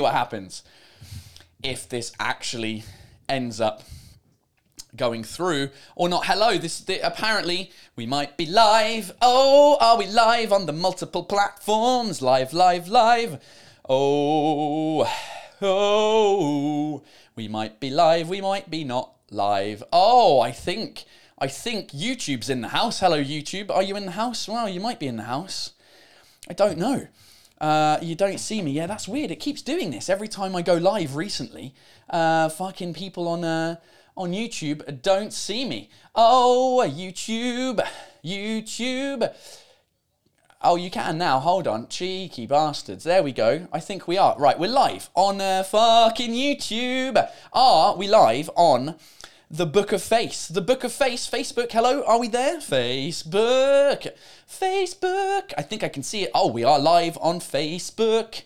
what happens if this actually ends up going through or not. Hello, this th- apparently we might be live. Oh, are we live on the multiple platforms? Live, live, live. Oh, oh, we might be live. We might be not live. Oh, I think I think YouTube's in the house. Hello, YouTube. Are you in the house? Well, you might be in the house. I don't know. Uh, you don't see me. Yeah, that's weird. It keeps doing this every time I go live recently. Uh, fucking people on uh, on YouTube don't see me. Oh, YouTube, YouTube. Oh, you can now. Hold on, cheeky bastards. There we go. I think we are right. We're live on uh, fucking YouTube. Are we live on the Book of Face? The Book of Face. Facebook. Hello. Are we there? Facebook. Facebook. I think I can see it. Oh, we are live on Facebook.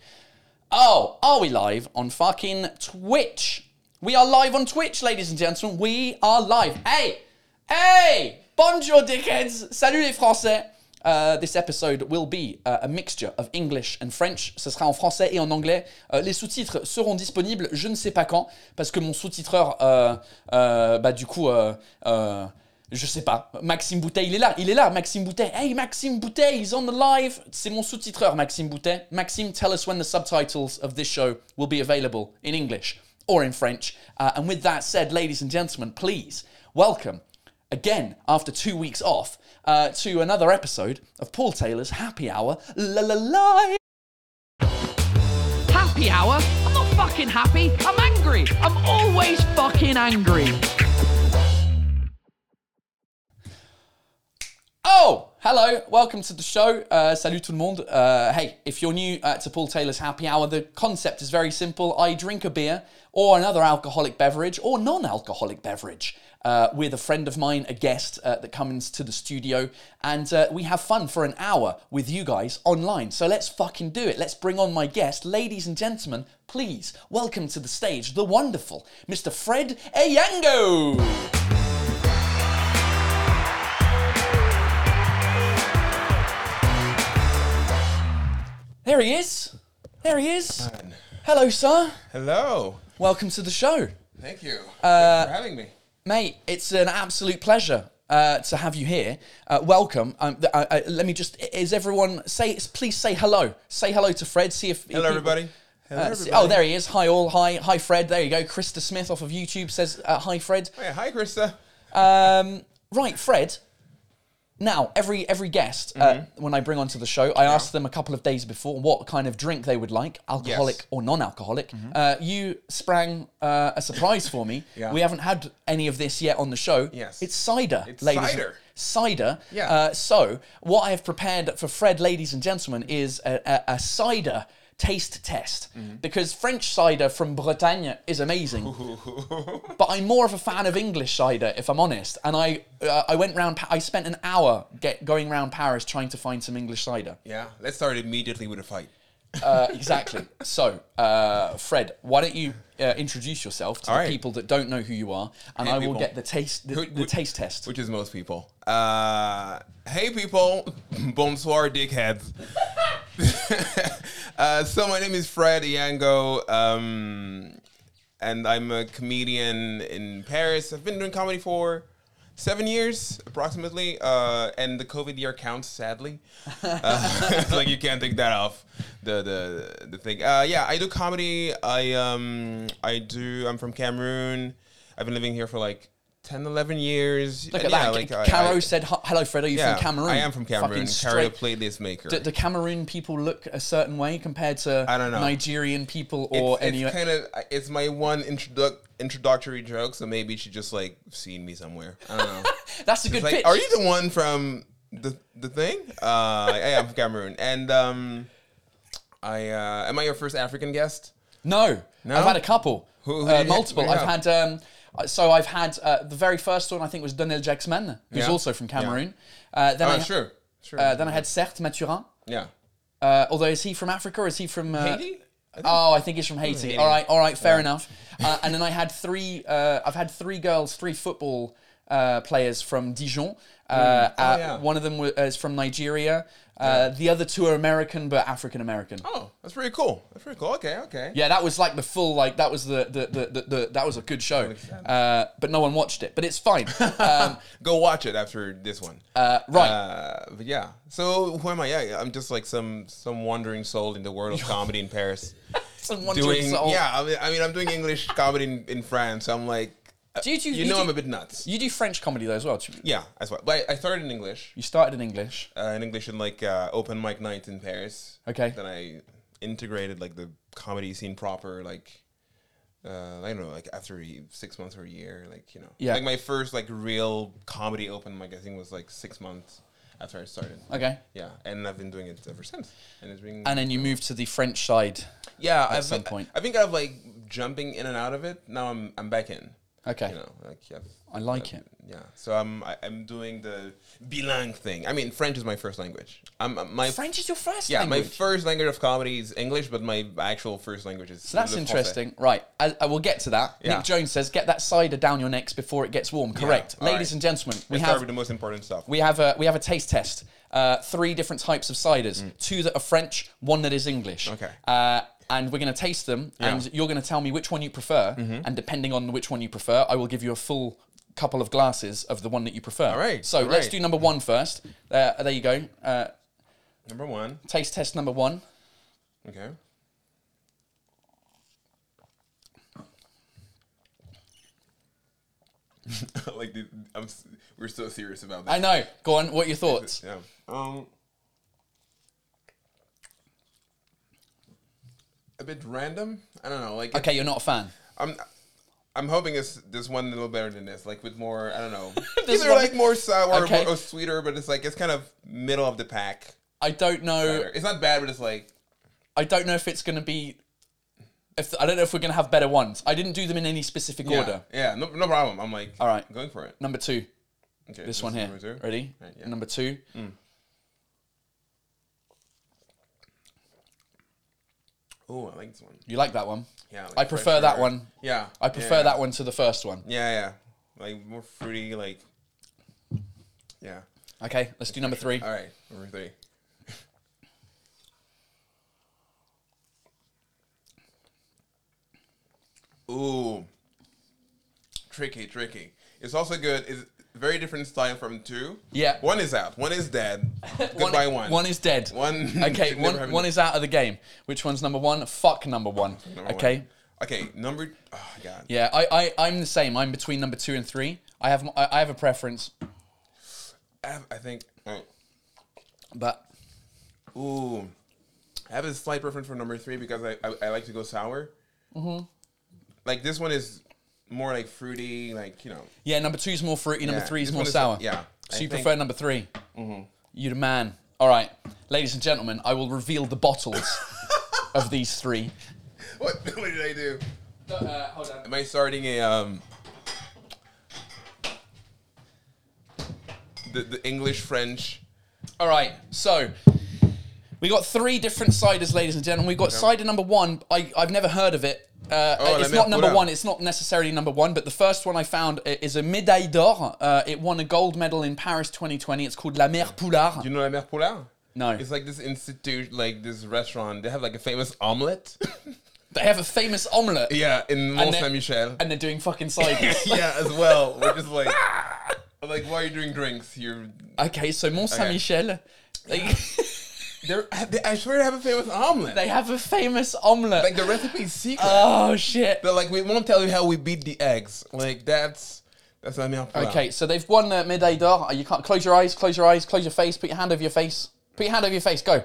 Oh, are we live on fucking Twitch? We are live on Twitch, ladies and gentlemen. We are live. Hey, hey, bonjour, dickheads. Salut les Français. Euh, this episode will be uh, a mixture of English and French. Ce sera en français et en anglais. Euh, les sous-titres seront disponibles, je ne sais pas quand, parce que mon sous-titreur, euh, euh, bah du coup, euh, euh, je sais pas. Maxime Boutet, il est là, il est là, Maxime Boutet. Hey, Maxime Boutet, he's on the live. C'est mon sous-titreur, Maxime Boutet. Maxime, tell us when the subtitles of this show will be available in English or in French. Uh, and with that said, ladies and gentlemen, please welcome again after two weeks off uh, to another episode of Paul Taylor's Happy Hour La La Live. Happy hour? I'm not fucking happy. I'm angry. I'm always fucking angry. Oh, hello, welcome to the show. Uh, salut tout le monde. Uh, hey, if you're new uh, to Paul Taylor's Happy Hour, the concept is very simple. I drink a beer or another alcoholic beverage or non alcoholic beverage uh, with a friend of mine, a guest uh, that comes to the studio, and uh, we have fun for an hour with you guys online. So let's fucking do it. Let's bring on my guest. Ladies and gentlemen, please welcome to the stage the wonderful Mr. Fred Ayango. There he is. There he is. Hello, sir. Hello. Welcome to the show. Thank you Thanks for having me. Mate, it's an absolute pleasure uh, to have you here. Uh, welcome. Um, th- I, I, let me just, is everyone, say, please say hello. Say hello to Fred, see if. Hello, everybody. Hello, Uh, see- oh, there he is. Hi, all. Hi, hi, Fred. There you go. Krista Smith off of YouTube says, uh, "Hi, Fred." Hey, hi, Krista. Um, right, Fred. Now, every every guest uh, Mm-hmm. when I bring onto the show, I ask them a couple of days before what kind of drink they would like, alcoholic Yes. Mm-hmm. or non-alcoholic. Uh, you sprang uh, a surprise for me. Yeah. We haven't had any of this yet on the show. Yes. it's cider, It's ladies. cider. Cider. Yeah. Uh, so, what I have prepared for Fred, ladies and gentlemen, is a, a, a cider taste test Mm-hmm. because French cider from Bretagne is amazing but I'm more of a fan of English cider, if I'm honest. And I, uh, I went round. Pa- I spent an hour get, going round Paris trying to find some English cider. Yeah, let's start immediately with a fight. Uh, exactly. So, uh, Fred, why don't you uh, introduce yourself to All the right. people that don't know who you are, and Hey, I will people. get the taste, the, Who- the who- taste test. Which is most people. Uh, hey, people. Bonsoir, dickheads. uh, so, my name is Fred Iango, um, and I'm a comedian in Paris. I've been doing comedy for seven years, approximately, uh, and the COVID year counts, sadly. Uh, it's like, you can't take that off. The, the the thing uh yeah i do comedy i um i do i'm from cameroon i've been living here for like 10 11 years Look and at yeah, that. like, I- Caro I- said, "Hi- "Hello, Fred. Are you yeah, from Cameroon?" I am from Cameroon. Fucking Caro, straight. play this maker. Do, do Cameroon people look a certain way compared to I don't know. Nigerian people or it's, any? it's kind of it's my one introduc- introductory joke, so maybe she just like seen me somewhere. I don't know. That's a good It's like, pitch. are you the one from the the thing? Uh, yeah, I'm from Cameroon, and um, I uh, am I your first African guest? No, No? I've had a couple, Who- who uh, did you- multiple. who you I've have? had um, uh, so I've had uh, the very first one I think was Donnell Jacksman, who's Yeah. also from Yeah. Cameroon. Uh, then Oh, I sure, sure. uh, then I had Cert Maturin. yeah, Uh, although is he from Africa or is he from uh, Haiti? I think- Oh, I think he's from Haiti. Haiti. All right, all right, fair enough. Uh, and then I had three. Uh, I've had three girls, three football uh, players from Dijon. Uh, uh, Mm. Oh, yeah. One of them wa- is from Nigeria. Uh, The other two are American but African American. Oh, that's pretty cool. That's pretty cool. Okay, okay. Yeah, that was like the full like that was the the the, the, the that was a good show, uh, but no one watched it. But it's fine. um, Go watch it after this one. uh, right. Uh, but yeah. So who am I? Yeah, I'm just like some some wandering soul in the world of comedy in Paris. Some wandering doing soul. yeah. I mean, I mean, I'm doing English comedy in, in France. So I'm like, uh, Do you do- you, you know, do- I'm a bit nuts. You do French comedy though as well. You yeah, that's why. But I, I started in English, started in English. uh, in English in like uh, open mic nights in Paris. Okay. Then I integrated like the comedy scene proper, like. Uh, I don't know, like after a- six months or a year, like you know, Yeah. Like my first like real comedy open mic, I think was like six months after I started. Okay. Yeah, and I've been doing it ever since. And it's been And then you moved to the French side. yeah, at I've, some point. I think I've like jumping in and out of it. Now I'm I'm back in. Okay. You know, like yeah. I like it. Yeah, so I'm I, I'm doing the bilingue thing. I mean, French is my first language. I'm uh, my French is your first yeah language. my first language of comedy is English, but my actual first language is. So that's Le Français. interesting. Right. I, I will get to that. Yeah. Nick Jones says, get that cider down your necks before it gets warm. Correct. all Ladies right. and gentlemen, we Let's start have with the most important stuff. we have a we have a taste test. Uh, three different types of ciders. Two that are French, one that is English. Mm. Okay. Uh, and we're going to taste them, and you're going to tell me which one you prefer. Mm-hmm. And depending on which one you prefer, I will give you a full couple of glasses of the one that you prefer. All right, So all let's right. do number one first. Uh, there you go. Uh, Number one. taste test number one. Okay. like the, I'm, s- we're so serious about this. I know. Go on. What are your thoughts? Yeah. Um. A bit random. I don't know. Like it- Okay, you're not a fan. I'm. I'm hoping this this one a little better than this, like with more I don't know, This either one- like more sour Okay. or, or sweeter, but it's like it's kind of middle of the pack. I don't know. It's not bad, but it's like I don't know if it's going to be. If I don't know if we're going to have better ones. I didn't do them in any specific yeah, order. Yeah, no, no problem. I'm like, all right. going for it. Number two, Okay, this one is here. number two. Ready? Right, yeah. Hmm. Number two. Oh, I like this one. You like that one? Yeah, like I fresh prefer that herb. one. Yeah, I prefer yeah. that one to the first one. Yeah, yeah, like more fruity, like yeah. Okay, let's do number three. All right, number three. Ooh, tricky, tricky. It's also good. It's very different style from two. Yeah. one is out, one is dead. Goodbye, one. One is dead. One- Okay, Never one, happened. one is out of the game. Which one's number one? Fuck number one. Number one. okay. okay. Number. Oh God. Yeah, I, I, I'm the same. I'm between number two and three. I have, m- I, I have a preference, I, have- I think. Oh. but Ooh, I have a slight preference for number three because I I, I like to go sour. Mm-hmm. Like this one is more like fruity, like you know. yeah, number two's more fruity, number Yeah, three's this more one is- sour. yeah, So I you think- prefer number 3 Mm-hmm. You the man. All right, ladies and gentlemen, I will reveal the bottles of these three. What, what did I do? Uh, hold on. Am I starting a um? The, the English French. All right, so we got three different ciders, ladies and gentlemen. We've got cider number one. I, I've never heard of it. Uh, Oh, let it's me not pull number out. one. It's not necessarily number one, but the first one I found i- is a médaille d'or. Uh, it won a gold medal in Paris 2020. It's called La Mer Poulard. You know La Mer Poulard? No. It's like this institute, like this restaurant. They have like a famous omelette. they have a famous omelette, yeah, in Mont they- Saint Michel. and they're doing fucking ciders. yeah, as well. We're just like, I'm like, why are you doing drinks? You're okay, so Mont Saint Michel, they, They're, I swear they have a famous omelet. they have a famous omelette. like the recipe's secret. oh shit! but like we won't tell you how we beat the eggs. Like that's that's what I mean. Okay, so they've won uh, Midday d'Or. Uh, You can't close your eyes, close your eyes, close your face, put your hand over your face. Put your hand over your face, go.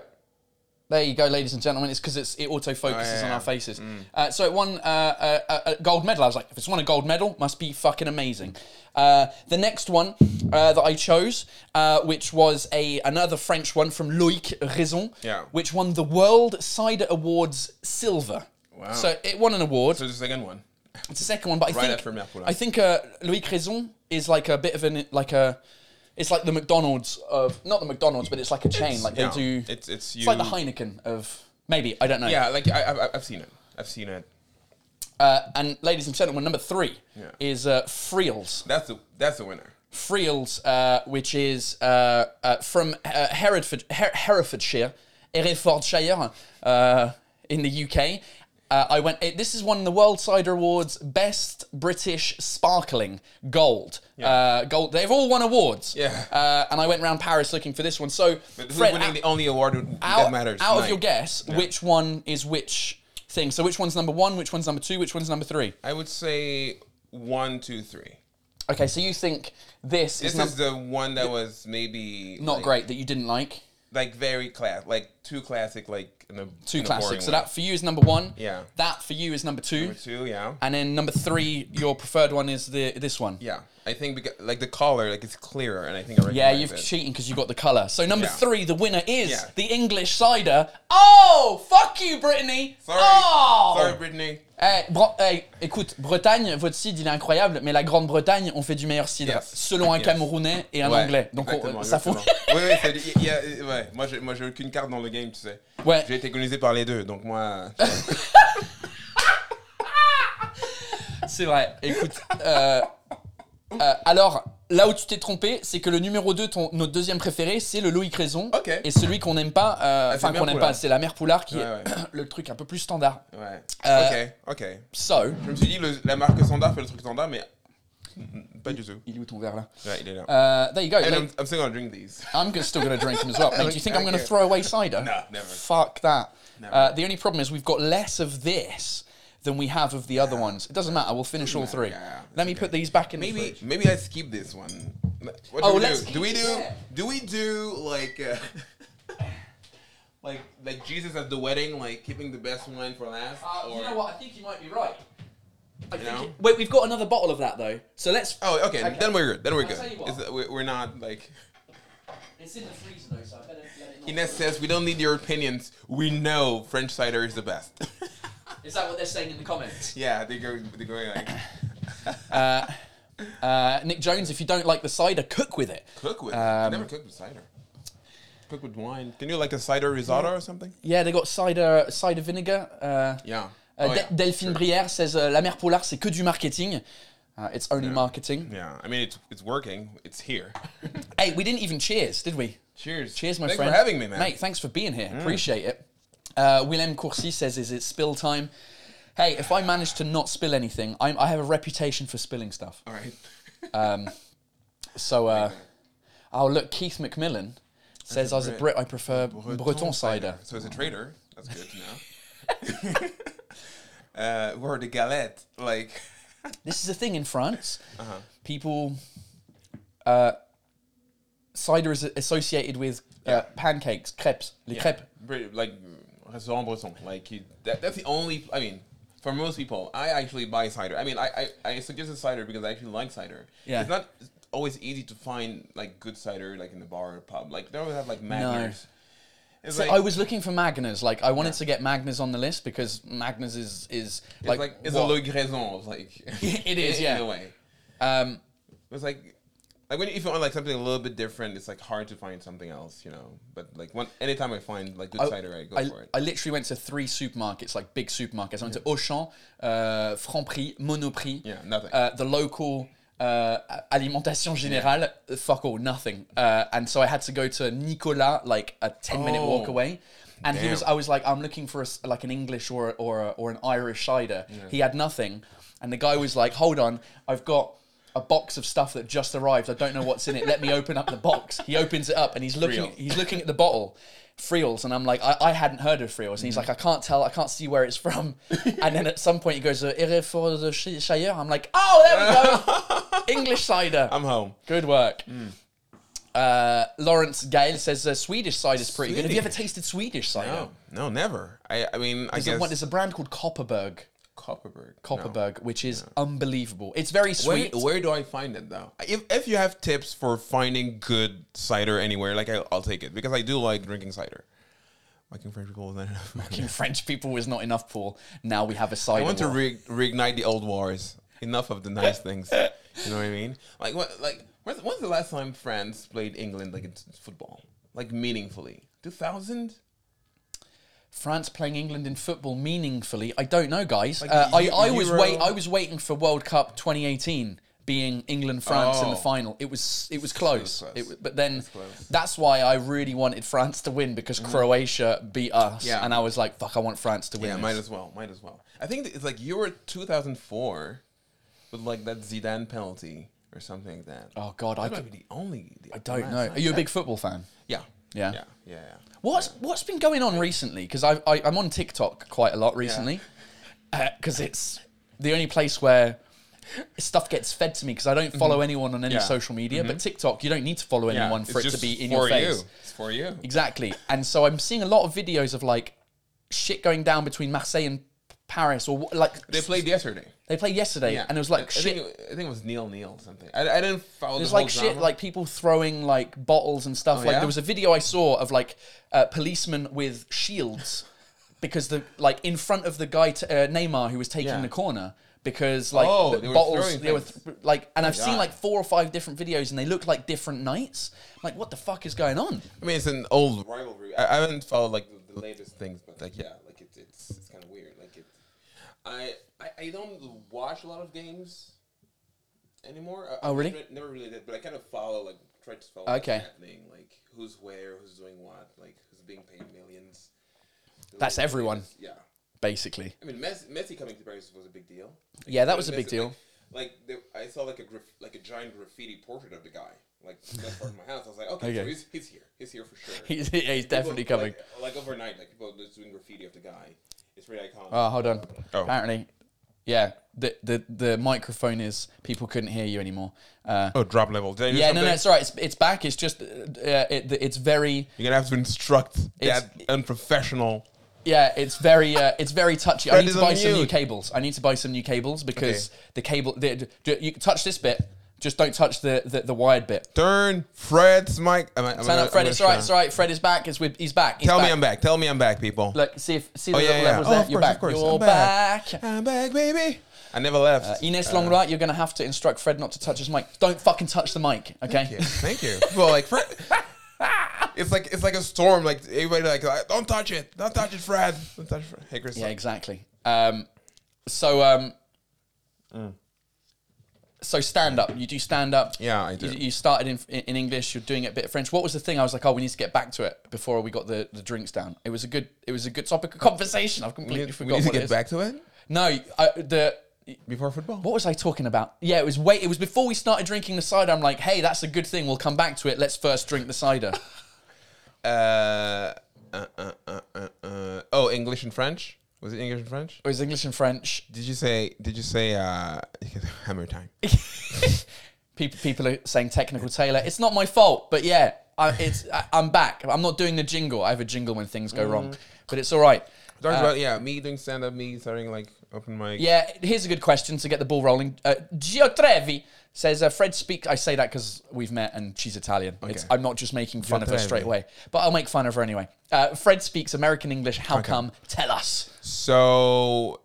There you go, ladies and gentlemen. It's because it's, it auto focuses Oh, yeah, on yeah. our faces. Uh, so it won uh, a, a, a gold medal. I was like, if it's won a gold medal, must be fucking amazing. Uh, the next one uh, that I chose, uh, which was a another French one from Loic Raison, Yeah. which won the World Cider Awards silver. Wow. So it won an award. So the second one. It's the second one, but I Right think after Mercola. I think uh, Louis Cresson is like a bit of an like a. It's like the McDonald's of not the McDonald's, but it's like a chain. like they yeah, do. it's- it's like the you- Heineken of maybe I don't know. Yeah, like I, I've, I've seen it. I've seen it. Uh, and ladies and gentlemen, number three Yeah. is uh, Friels. That's the that's the winner. Friels, uh, which is uh, uh, from uh, Hereford, Her- Herefordshire, Herefordshire, uh, in the UK. Uh, I went. It, this is one of the World Cider Awards Best British Sparkling Gold. Uh, gold. They've all won awards. Yeah. Uh, and I went around Paris looking for this one. So, But who's Fred, winning out, the only award that out, matters? out of tonight? your guess, which one is which thing? So, which one's number one? Which one's number two? Which one's number three? I would say one, two, three. Okay, so you think this, This is, num- is the one that was maybe not like- great that you didn't like? like very class, like too classic, like in a, Two in a boring classics. So way. that for you is number one. Yeah. That for you is number two. Number two, yeah, And then number three, your preferred one is the this one. yeah. I think because, like the color, like it's clearer, and I think I Yeah, recognize you've it. cheating because you got the colour. So number Yeah. three, the winner is Yeah. the English cider. Oh, fuck you, Brittany. Sorry, Oh. sorry, Brittany. Eh, Bran- eh, écoute, Bretagne, votre cidre il est incroyable, mais la Grande-Bretagne, on fait du meilleur cidre, Yes. selon un Yes. Camerounais et un Ouais, Anglais. Donc on- exactement, ça fout. exactement. oui, oui, c'est- il y a- il y a- ouais. Moi, j'ai, moi, j'ai aucune carte dans le game, tu sais. Ouais. J'ai été colonisé par les deux, donc moi. C'est vrai. Écoute, euh, euh, alors là où tu t'es trompé, c'est que le numéro 2, ton, notre deuxième préféré, c'est le Loïc Raison. Ok. Et celui qu'on n'aime pas, euh, enfin c'est qu'on Mère n'aime Poulard. pas, c'est la mère Poulard qui Ouais, est ouais. le truc un peu plus standard. Ouais. Euh, ok, ok. So, Je me suis dit, le- la marque standard fait le truc standard, mais pas du tout. il est où ton verre là Ouais, il est là. Euh, There you go. And I'm, Like, Ah, I'm still gonna drink these. I'm go- still going to drink them as well. Mate, do you think I'm going to Okay. throw away cider? No, never. Fuck that. Never. Uh, the only problem is we've got less of this than we have of the other ones. It doesn't matter. We'll finish all three. yeah, Let me put these back in the Maybe fridge. maybe let's keep this one. What do Oh, we let's do? keep do we it, do yeah. do we do like uh, like like Jesus at the wedding, like keeping the best wine for last? Uh, you know what? I think you might be right. I You think know? it- wait, we've got another bottle of that though. So let's. Oh, okay, Okay. Then we're good. Then we're good. tell you what. It's- we- we're not like It's in the freezer though, so I better let it. Not Ines says. We don't need your opinions. We know French cider is the best. Is that what they're saying in the comments? yeah, they go. They go like Uh, Nick Jones, if you don't like the cider, cook with it. cook with. I never cooked with cider. Cook with wine. Can you like a cider risotto or something? Yeah, they got cider cider vinegar. Uh, Yeah. Uh, Oh, De- yeah. Delphine Brière says uh, La Mère Poulard, c'est que du marketing. Uh, it's only marketing. Yeah. I mean, it's it's working. It's here. Hey, we didn't even cheers, did we? Cheers. Cheers, my Thanks friend. for having me, man. Mm. Mate, thanks for being here. Appreciate it. Uh, Willem Courcy says, "Is it spill time?" Hey, if I manage to not spill anything, I'm, I have a reputation for spilling stuff. All right. So, uh, oh look, Keith McMillan says, "As a Brit. Brit, I prefer Breton, cider." So it's a traitor. That's good to know. uh, or the galette, like This is a thing in France. Uh-huh. People, uh, cider is associated with uh, pancakes, crepes, les crepes. Bri- like restaurant Breton. Like you, that, that's the only. I mean, for most people, I actually buy cider. I mean, I I, I suggested cider because I actually like cider. Yeah. It's not always easy to find like good cider like in the bar or pub. Like they always have like Magners. It's So I was looking for Magners. Like I wanted to get Magners on the list because Magners is is It's like, like it's what- a Le Graison. It's like It is, in, yeah. In a way, um, it's like like when you- if you want like something a little bit different, it's like hard to find something else, you know. But like one anytime I find like good cider, I go I, for it. I literally went to three supermarkets, like big supermarkets. I went to Auchan, uh, Franprix, Monoprix. Yeah, nothing. Uh, the local uh, Alimentation Générale, fuck all, nothing. Uh, and so I had to go to Nicolas, like a 10 minute walk Oh. away. And he Damn. was, I was like, I'm looking for a s like an English or, or, or an Irish cider. He had nothing. And the guy was like, hold on, I've got a box of stuff that just arrived. I don't know what's in it. Let me open up the box. He opens it up and he's looking, Friel. he's looking at the bottle, Friels, and I'm like, I, I hadn't heard of Friels, and he's Mm-hmm. like, I can't tell, I can't see where it's from, and then at some point he goes, "Uh, Herefordshire, I'm like, oh, there we go, English cider, I'm Mm. home. good work. Uh, Lawrence Gale says uh, Swedish cider is pretty good. Have you ever Swedish. tasted Swedish cider? No, Oh, no, never. I I mean I There's, a, guess one- there's a brand called Copperberg, Copperberg. no. Copperberg, which is unbelievable. It's very Where, sweet. where do I find it though? If, if you have tips for finding good cider anywhere, like I, I'll take it because I do like drinking cider. Fucking French people is not enough. French people is not enough, Paul. Now we have a I cider. want to war. re- reignite the old wars. Enough of the nice things. You know what I mean? Like what? Like when's, when's the last time France played England like in s- football? Like meaningfully? Two thousand? France playing England in football meaningfully. I don't know, guys. uh, I, Eu- I was Euro- wait. I was waiting for World Cup 2018 being England France in the Oh. final. It was it was close. close. It w- but then close. Mm. that's why I really wanted France to win because Croatia beat us, Yeah. and I was like, "Fuck, I want France to win." Yeah, this. might as well. Might as well. I think it's like Euro 2004 with like that Zidane penalty or something like that. Oh God, I, that might be the only. the- I don't last know. time. Are you a big football fan? Yeah. Yeah. Yeah. Yeah. yeah. What's what's been going on recently? Because I, I I'm on TikTok quite a lot recently, because it's the only place where stuff gets fed to me. Because I don't follow anyone on any Mm-hmm. Yeah. Mm-hmm. social media, but TikTok you don't need to follow Yeah, anyone it's for it to just be in your for face. You. It's for you. Exactly. And so I'm seeing a lot of videos of like shit going down between Marseille and Paris, or wh- like They played yesterday. they played yesterday, Yeah. and it was I, like I shit. think, it- I think it was Neil Neil something. I, I didn't follow There's the whole like shit, drama. like people throwing like bottles and stuff. like yeah? there was a video I saw of like uh, policemen with shields because the like in front of the guy t- uh, Neymar who was taking Yeah. the corner because like Oh, the they were bottles throwing they were things. Oh, th- like and I've seen God. like four or five different videos and they look like different nights. I'm like what the fuck is going on? I mean, it's an old rivalry. I, I haven't followed like the, the latest things, but like yeah, like it's it's, it's kind of weird. Like it, I, I I don't watch a lot of games anymore. I, Oh, really? I never really did, but I kind of follow like try to follow what's Okay. happening, like who's where, who's doing what, like who's being paid millions. The That's latest everyone. things, Yeah, Basically, I mean, Messi, Messi coming to Paris was a big deal. yeah, that was a Messi- big deal. Like, like there, I saw like a graf- like a giant graffiti portrait of the guy. Like that's part of my house. I was like, okay, so Okay. he's, he's here. He's here for sure. He's, yeah, he's definitely People, coming. Like, like overnight, like people just doing graffiti of the guy. It's really iconic. Oh, hold on. Oh. Apparently, yeah, the the the microphone is people couldn't hear you anymore. Uh, oh, drop level. Did I do Yeah, no, no, something? it's all right. It's, it's back. It's just uh, it, it's very You're gonna have to instruct It's- unprofessional. yeah, it's very uh, it's very touchy. I Fred need to is buy on some new mute. cables. I need to buy some new cables because Okay. the cable the, d- you can touch this bit, just don't touch the the, the wired bit. Turn Fred's mic. Am I, am Turn I- up, Fred. am I It's all right. sure? It's all right. Fred is back. It's with, he's back. He's Tell back. me I'm back. Tell me I'm back, people. Look, see if see the oh little yeah, yeah. levels Oh, there. of you're course, back. of course. You're I'm back. Uh. back. I'm back, baby. I never left. Ines Longrock, you're going to have to instruct Fred not to touch his mic. Don't fucking touch the mic, okay? Yeah, Thank you. Well, like Fred, it's like it's like a storm. Like everybody, like don't touch it, don't touch it, Fred. Don't touch Fred. Hey, Chris. Yeah, exactly. Um, so, um, Mm. so stand up. You do stand up. Yeah, I do. You, you started in, in English. You're doing it a bit of French. What was the thing? I was like, oh, we need to get back to it before we got the, the drinks down. It was a good. It was a good topic of conversation. I've we completely need, we forgotten need to what it get is. back to it No, I, the. before football. What was I talking about? Yeah, it was wait. It was before we started drinking the cider. I'm like, hey, that's a good thing. We'll come back to it. Let's first drink the cider. Uh, uh, uh, uh, uh, uh. Oh, English and French. Was it English and French? it was English and French. Did you say? Did you say? Uh, hammer time. Uh, people people are saying technical Taylor. It's not my fault, but yeah, I, it's I, I'm back. I'm not doing the jingle. I have a jingle when things go Mm. wrong, but it's all right. Talking about yeah, me doing stand up, me starting like open mic. Yeah, here's a good question to get the ball rolling. Uh, Gio Trevi says uh, Fred speak. I say that because we've met and she's Italian. It's, Okay. I'm not just making fun of her Trevi. straight away, but I'll make fun of her anyway. Uh, Fred speaks American English. How come? Tell us So,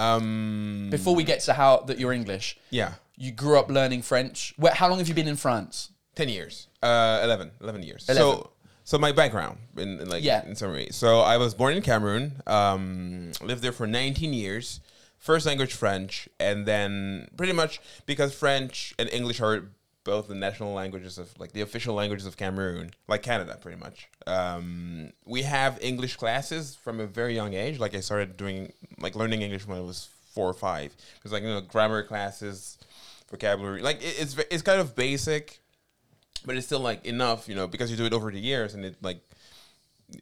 um, before we get to how that you're English. yeah, You grew up learning French. Where, how long have you been in France? ten years. Uh, 11, 11 years. 11. So, so my background in, in like Yeah. in summary. So I was born in Cameroon. Um, lived there for nineteen years. First language French, and then pretty much because French and English are both the national languages of like the official languages of Cameroon, like Canada, pretty much. Um, we have English classes from a very young age. Like I started doing like learning English when I was four or five. It's like you know grammar classes, vocabulary. Like it, it's ve- it's kind of basic, but it's still like enough, you know, because you do it over the years and it like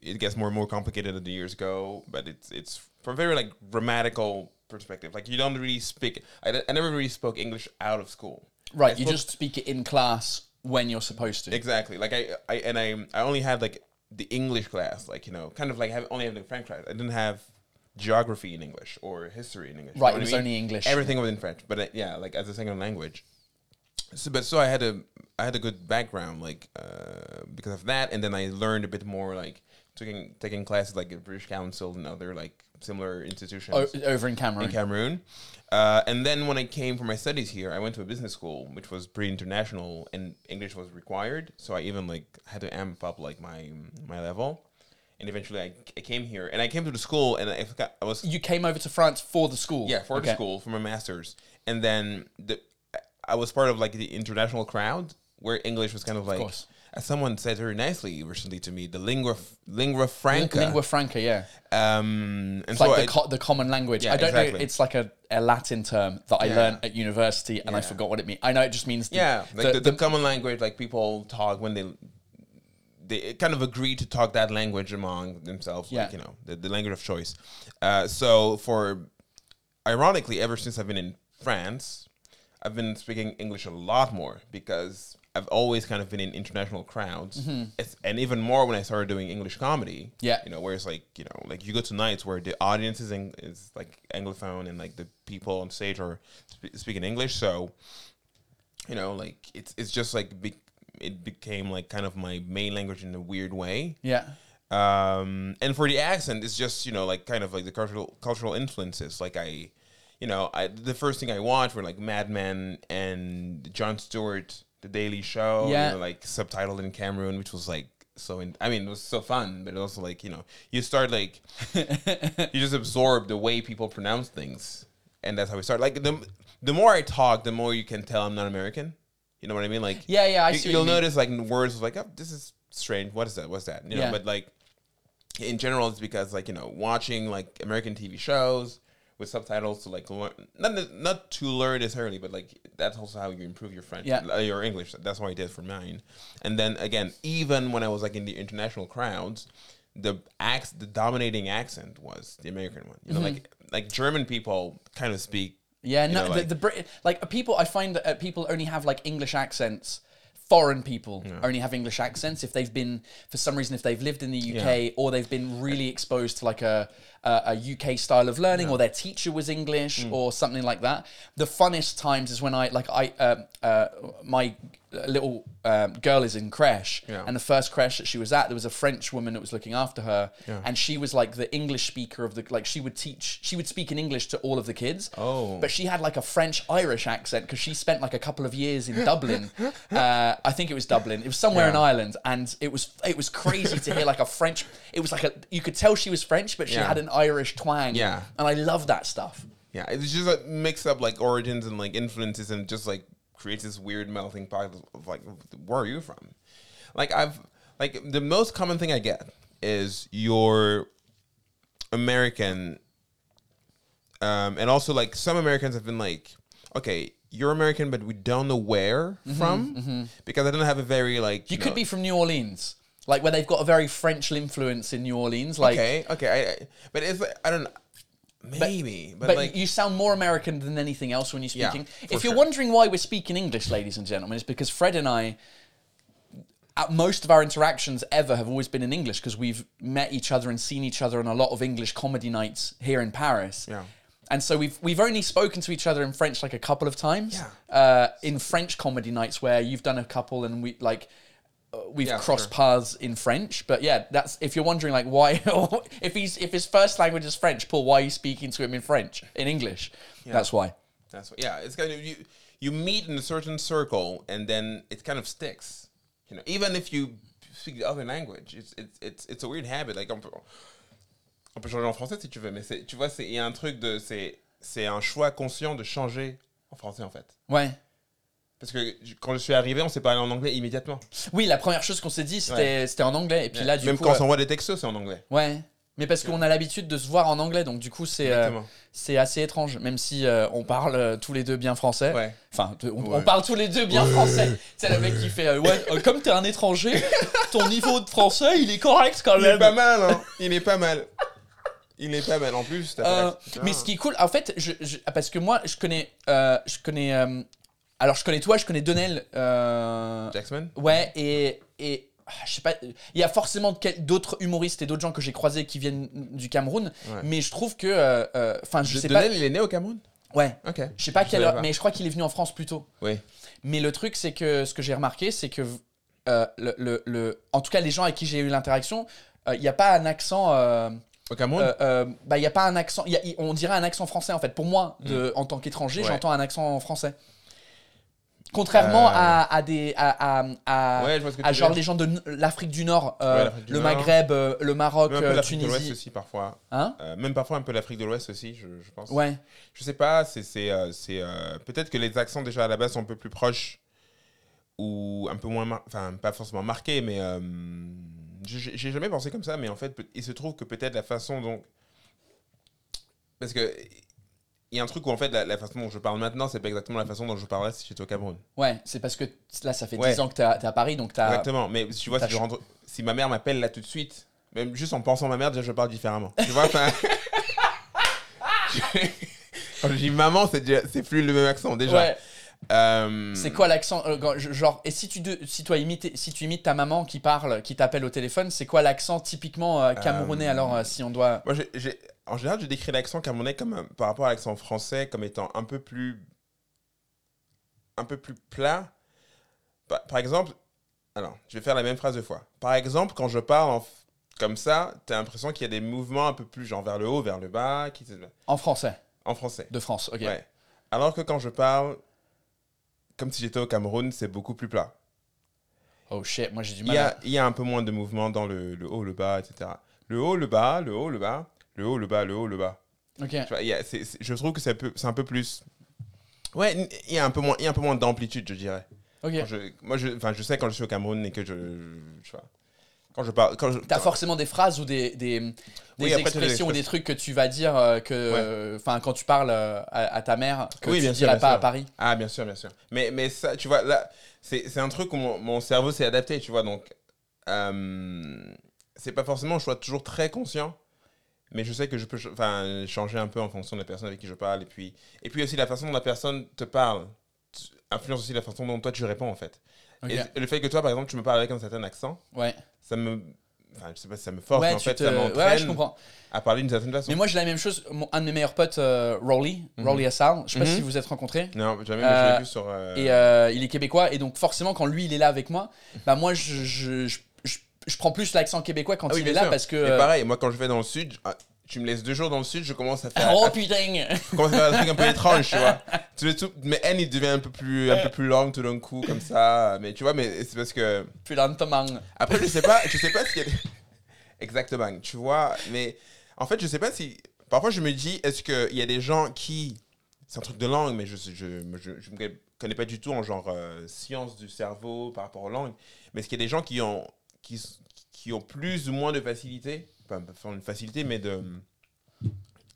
it gets more and more complicated as the years go. But it's it's from a very like grammatical perspective. Like you don't really speak. I, I never really spoke English out of school. I Right, you spoke- just speak it in class when you're supposed to. exactly like I I and I I only had like the English class, like you know, kind of like have only having French class. I didn't have geography in English or history in English. you Right, know it what was I only English. Everything was in French, but uh, yeah, like as a second language. So, but so I had a I had a good background like uh, because of that, and then I learned a bit more like taking taking classes like at British Council and other like similar institutions O- over in Cameroon. in Cameroon. Uh, and then when I came for my studies here, I went to a business school, which was pretty international, and English was required. So I even like had to amp up like my my level. and eventually I, I came here and I came to the school and I forgot I was You came over to France for the school. yeah for the Okay. school for my master's and then the I was part of like the international crowd where English was kind of like course. as someone said very nicely recently to me the lingua lingua franca Lingua franca, yeah. um and It's so like I- the, co- the common language. Yeah, I don't know. exactly. It's like a, a Latin term that I Yeah. learned at university and I Yeah. forgot what it means. I know it just means the, Yeah, like the, the, the- common language, like people talk when they they kind of agree to talk that language among themselves, Yeah. like you know, the, the language of choice. Uh, so for ironically, ever since I've been in France, I've been speaking English a lot more because I've always kind of been in international crowds, it's, and even more when I started doing English comedy. Yeah. you know, where it's like you know, like you go to nights where the audience is in, is like anglophone and like the people on stage are sp- speaking English, so you know, like it's it's just like be- it became like kind of my main language in a weird way. yeah. Um, and for the accent, it's just you know like kind of like the cultural cultural influences. Like I, you know, I the first thing I watched were like Mad Men and John Stewart, The Daily Show. you Yeah. know, like subtitled in Cameroon, which was like so. In- I mean, it was so fun, but it also like you know you start like you just absorb the way people pronounce things, and that's how we start. Like the the more I talk, the more you can tell I'm not American. You know what I mean? Like Yeah, yeah, I you, see what will you mean. notice like words like oh, this is strange. What is that? What's that? You know, Yeah. but like in general, it's because like you know watching like American TV shows with subtitles to like learn not not to learn necessarily, but like that's also how you improve your French, Yeah. uh, your English. That's what I did for mine. And then again, even when I was like in the international crowds, the acts the dominating accent was the American one. You know, like like German people kind of speak. Yeah, you no, know, the, the Brit like people. I find that uh, people only have like English accents. Foreign people only have English accents if they've been, for some reason, if they've lived in the UK or they've been really exposed to like a a, a UK style of learning, or their teacher was Mm. English or something like that. The funnest times is when I like I um uh, my little um, girl is in creche, Yeah. and the first creche that she was at, there was a French woman that was looking after her, Yeah. and she was like the English speaker of the like she would teach, she would speak in English to all of the kids. Oh. But she had like a French Irish accent because she spent like a couple of years in Dublin. uh, I think it was Dublin. It was somewhere in Yeah. Ireland, and it was it was crazy to hear like a French. It was like a you could tell she was French, but she Yeah. had an Irish twang. Yeah. and I love that stuff. Yeah, it's just like mix up like origins and like influences and just like creates this weird melting pot of, of, like where are you from? Like I've like the most common thing I get is your American um and also like some Americans have been like, okay, you're American but we don't know where from because I don't have a very like Mm-hmm, You know- could be from New Orleans, like where they've got a very French influence in New Orleans. Like, Okay, okay. I, I but it's like, I don't maybe but, but like you sound more American than anything else when you're Yeah, speaking. for if you're sure. wondering why we're speaking English, ladies and gentlemen, it's because Fred and I, at most of our interactions ever, have always been in English because we've met each other and seen each other on a lot of English comedy nights here in Paris. Yeah. And so we've we've only spoken to each other in French like a couple of times. Yeah. Uh, in French comedy nights where you've done a couple and we like uh, we've Yeah, crossed sure. paths in French. But yeah, that's if you're wondering like why if he's if his first language is French, Paul, why are you speaking to him in French in English? That's why. That's what, yeah. It's kind of you. You meet in a certain circle, and then it kind of sticks. You know, even if you speak the other language, it's it's it's, it's a weird habit. Like on peut, on peut changer en français si tu veux, mais c'est tu vois, c'est il y a un truc de c'est c'est un choix conscient de changer en français en fait. Ouais. Parce que je- quand je suis arrivé, on s'est parlé en anglais immédiatement. Oui, la première chose qu'on s'est dit, c'était c'était en anglais. Et puis là, du Même coup, quand on euh, s'envoie des textos, c'est en anglais. ouais. Mais parce qu'on a l'habitude de se voir en anglais, donc du coup, c'est euh, Exactement. c'est assez étrange. Même si euh, on parle euh, tous les deux bien français. Ouais. Enfin, de- on, on Ouais. parle tous les deux bien français. C'est le mec qui fait euh, ouais, euh, comme t'es un étranger, ton niveau de français, il est correct quand Il est même. pas mal, hein. Il est pas mal. Il est pas mal. En plus, t'as pas Euh, l'accent. mais ce qui est cool, en fait, je, je- parce que moi, je connais, euh, je connais, euh, alors je connais toi, je connais Donnell, euh, Jackson. ouais, et, et ah, je sais pas, il y a forcément quel- d'autres humoristes et d'autres gens que j'ai croisés qui viennent du Cameroun, Ouais. mais je trouve que, euh, euh, enfin, je sais Donnell, il est né au Cameroun. pas, ouais, Ok. je sais pas quelle savais heure, pas. mais je crois qu'il est venu en France plus tôt. Oui. Mais le truc, c'est que ce que j'ai remarqué, c'est que euh, le, le- le- en tout cas, les gens avec qui j'ai eu l'interaction, euh, il n'y a pas un accent. euh, Au Cameroun. euh, euh, bah, il n'y a pas un accent. y a- Mm. y- on dirait un accent français, en fait. Pour moi, de, en tant qu'étranger, Ouais. j'entends un accent français. Contrairement à, à des à, à, à- Euh. Ouais, je vois ce que à tu genre veux les dire. gens de n- l'Afrique du Nord, euh, Ouais, l'Afrique du le Nord. Maghreb, euh, le Maroc, Même un peu euh, l'Afrique de l'Ouest Tunisie. aussi parfois. Hein Euh, même parfois un peu l'Afrique de l'Ouest aussi, je, je pense. Ouais. Je sais pas, c'est c'est euh, c'est, euh, peut-être que les accents déjà à la base sont un peu plus proches ou un peu moins, mar- enfin pas forcément marqués, mais euh, j'ai j'ai jamais pensé comme ça, mais en fait peut- il se trouve que peut-être la façon dont parce que il y a un truc où en fait la, la façon dont je parle maintenant, c'est pas exactement la façon dont je parlais si j'étais au Cameroun. Ouais, c'est parce que t- là, ça fait Ouais. 10 ans que t'es à, t'es à Paris, donc t'as. Exactement. Mais tu vois, t'as si, je ch- rentre- si ma mère m'appelle là tout de suite, même juste en pensant à ma mère, déjà je parle différemment. Tu vois, enfin. je- Quand je dis maman, c'est déjà- c'est plus le même accent déjà. Ouais. Euh, C'est quoi l'accent euh, quand- je- Genre, et si tu, de- si, toi imites, si tu imites ta maman qui parle, qui t'appelle au téléphone, c'est quoi l'accent typiquement euh, camerounais Euh, alors euh, si on doit. Moi, j'ai- j'ai- en général, je décris l'accent camerounais comme, un- par rapport à l'accent français comme étant un peu plus. un peu plus plat. Par, par exemple. Alors, je vais faire la même phrase deux fois. Par exemple, quand je parle en f- comme ça, t'as l'impression qu'il y a des mouvements un peu plus genre vers le haut, vers le bas, qui, se- En français, en français. de France, ok. Ouais. Alors que quand je parle, comme si j'étais au Cameroun, c'est beaucoup plus plat. Oh shit, moi j'ai du Il mal. y, à- a, il y a un peu moins de mouvement dans le, le haut, le bas, etc. Le haut, le bas, le haut, le bas, le haut, le bas, le haut, le bas. Ok. Tu vois, il y a- c'est- c'est- je trouve que c'est un peu, c'est un peu plus. Ouais, il y a un peu moins, il y a un peu moins d'amplitude, je dirais. Ok. Quand je, moi, je, enfin, je sais quand je suis au Cameroun et que je, tu vois, quand je parle, quand je, T'as forcément des phrases ou des, des, des Oui, après, t'as des expressions ou des trucs que tu vas dire euh, que, enfin, quand tu parles euh, à, à ta mère, que Oui, tu bien ne sûr, dirais bien pas sûr. à Paris. Ah, bien sûr, bien sûr. Mais, mais ça, tu vois, là, c'est c'est un truc où mon, mon cerveau s'est adapté, tu vois. Donc, euh, c'est pas forcément un choix toujours très conscient, mais je sais que je peux ch- enfin, changer un peu en fonction de la personne avec qui je parle. Et puis, et puis aussi, la façon dont la personne te parle tu- influence aussi la façon dont toi tu réponds, en fait. Ok. Et le fait que toi, par exemple, tu me parles avec un certain accent, Ouais. ça me. Enfin, je sais pas si ça me force, mais ouais, en tu fait, te- ça ouais, ouais, je m'entraîne comprends. à parler d'une certaine façon. Mais moi, j'ai la même chose. Mon- un de mes meilleurs potes, euh, Rolly, Rolly Assal, je sais pas Mhm. si vous vous êtes rencontrés. Non, jamais, Euh, mais je l'ai vu sur. euh, Et euh, il est québécois, et donc forcément, quand lui, il est là avec moi, bah moi, je, je, je, je- je prends plus l'accent québécois quand Ah oui, il bien est là sûr. parce que. Et euh, pareil, moi quand je vais dans le sud, ah, tu me laisses deux jours dans le sud, je commence à faire, oh à- putain je commence à faire un truc un peu étrange, tu vois. Tu veux tout, mais N il devient un peu plus, un peu plus long tout d'un coup comme ça. Mais tu vois, mais c'est parce que Plus lentement. après je sais pas, je sais pas si exactement, tu vois. Mais en fait, je sais pas si parfois je me dis, est-ce que il y a des gens qui c'est un truc de langue, mais je je je, je, je me connais pas du tout en genre euh, science du cerveau par rapport aux langues. Mais est-ce qu'il y a des gens qui ont, qui, s- qui ont plus ou moins de facilité Pas pas forcément une facilité, mais de.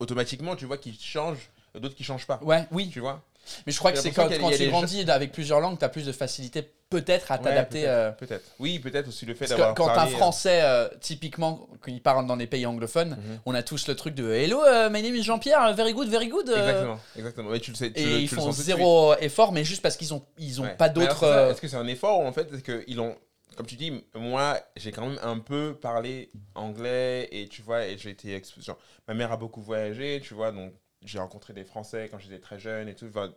Automatiquement, tu vois, qui changent, d'autres qui changent pas. Ouais, oui. Tu vois Mais je crois que J'ai c'est quand, l'impression quand qu'il y a tu des grandis avec plusieurs langues, t'as plus de facilité peut-être à Ouais, t'adapter. peut-être, euh, Peut-être. Oui, peut-être aussi le fait Parce que d'avoir. quand un parlé, euh, Français, euh, typiquement, quand il parle dans les pays anglophones, Mhm. on a tous le truc de Hello, euh, my name is Jean-Pierre, very good, very good. euh. Exactement, exactement. Mais tu le sais, tu Et le- tu ils le font sens tout de zéro effort, mais juste parce qu'ils ont, ils ont Ouais. pas Mais alors, d'autres. c'est ça, euh, Est-ce que c'est un effort ou en fait, est-ce qu'ils ont. Comme tu dis, moi, j'ai quand même un peu parlé anglais et tu vois, et j'ai été. exp- genre, ma mère a beaucoup voyagé, tu vois, donc j'ai rencontré des Français quand j'étais très jeune et tout. Enfin,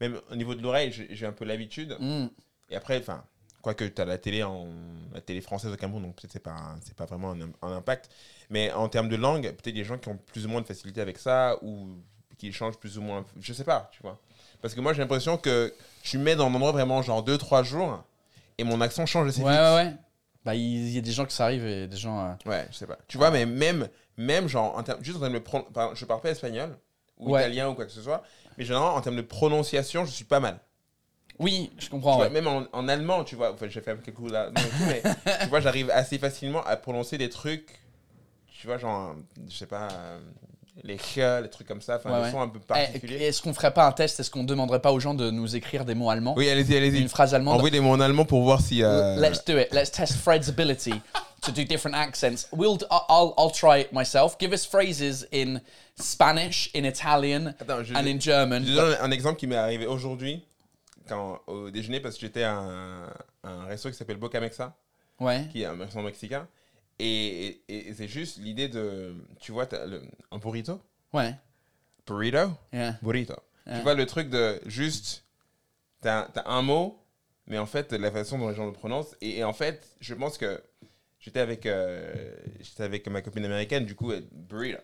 même au niveau de l'oreille, j'ai j'ai un peu l'habitude. hmm. Et après, enfin, quoique tu as la télé, en, la télé française au Cameroun, donc peut-être c'est pas, un- c'est pas vraiment un, im- un impact. Mais en termes de langue, peut-être il y a des gens qui ont plus ou moins de facilité avec ça ou qui changent plus ou moins. Je sais pas, tu vois. Parce que moi, j'ai l'impression que je mets dans un endroit vraiment genre 2-3 jours et mon accent change assez Ouais, vite. ouais, ouais. Bah, il y a des gens qui s'arrivent et des gens. euh, Ouais, je sais pas. Tu vois, mais même, même genre, en termes, juste en termes de pro- par- je parle pas espagnol ou Ouais. italien ou quoi que ce soit, mais généralement, en termes de prononciation, je suis pas mal. Oui, je comprends. Tu vois, ouais. même en, en allemand, tu vois, enfin, j'ai fait quelques coups là, non, et tout, mais tu vois, j'arrive assez facilement à prononcer des trucs, tu vois, genre, je sais pas, euh, les ch, les trucs comme ça, enfin, Ouais, des ouais. sons un peu Eh, particuliers. Est-ce qu'on ferait pas un test Est-ce qu'on demanderait pas aux gens de nous écrire des mots allemands Oui, allez-y, allez-y. eh, Une phrase allemande Envoyez des mots en allemand pour voir si. euh, Let's do it. Let's test Fred's ability to do different accents. We'll, I'll, I'll, I'll try it myself. Give us phrases in Spanish, in Italian, Attends, je- and in Je German. te donne un exemple qui m'est arrivé aujourd'hui, quand, au déjeuner, parce que j'étais à un, un resto qui s'appelle Boca Mexa. Ouais. qui est un restaurant mexicain. Et, et- et c'est juste l'idée de. Tu vois, t'as le, un burrito Ouais. Burrito Yeah. Burrito. Ouais. Tu vois, le truc de juste. T'as t'as un mot, mais en fait, la façon dont les gens le prononcent. Et, et en fait, je pense que. J'étais avec, euh, j'étais avec ma copine américaine, du coup, elle- burrito.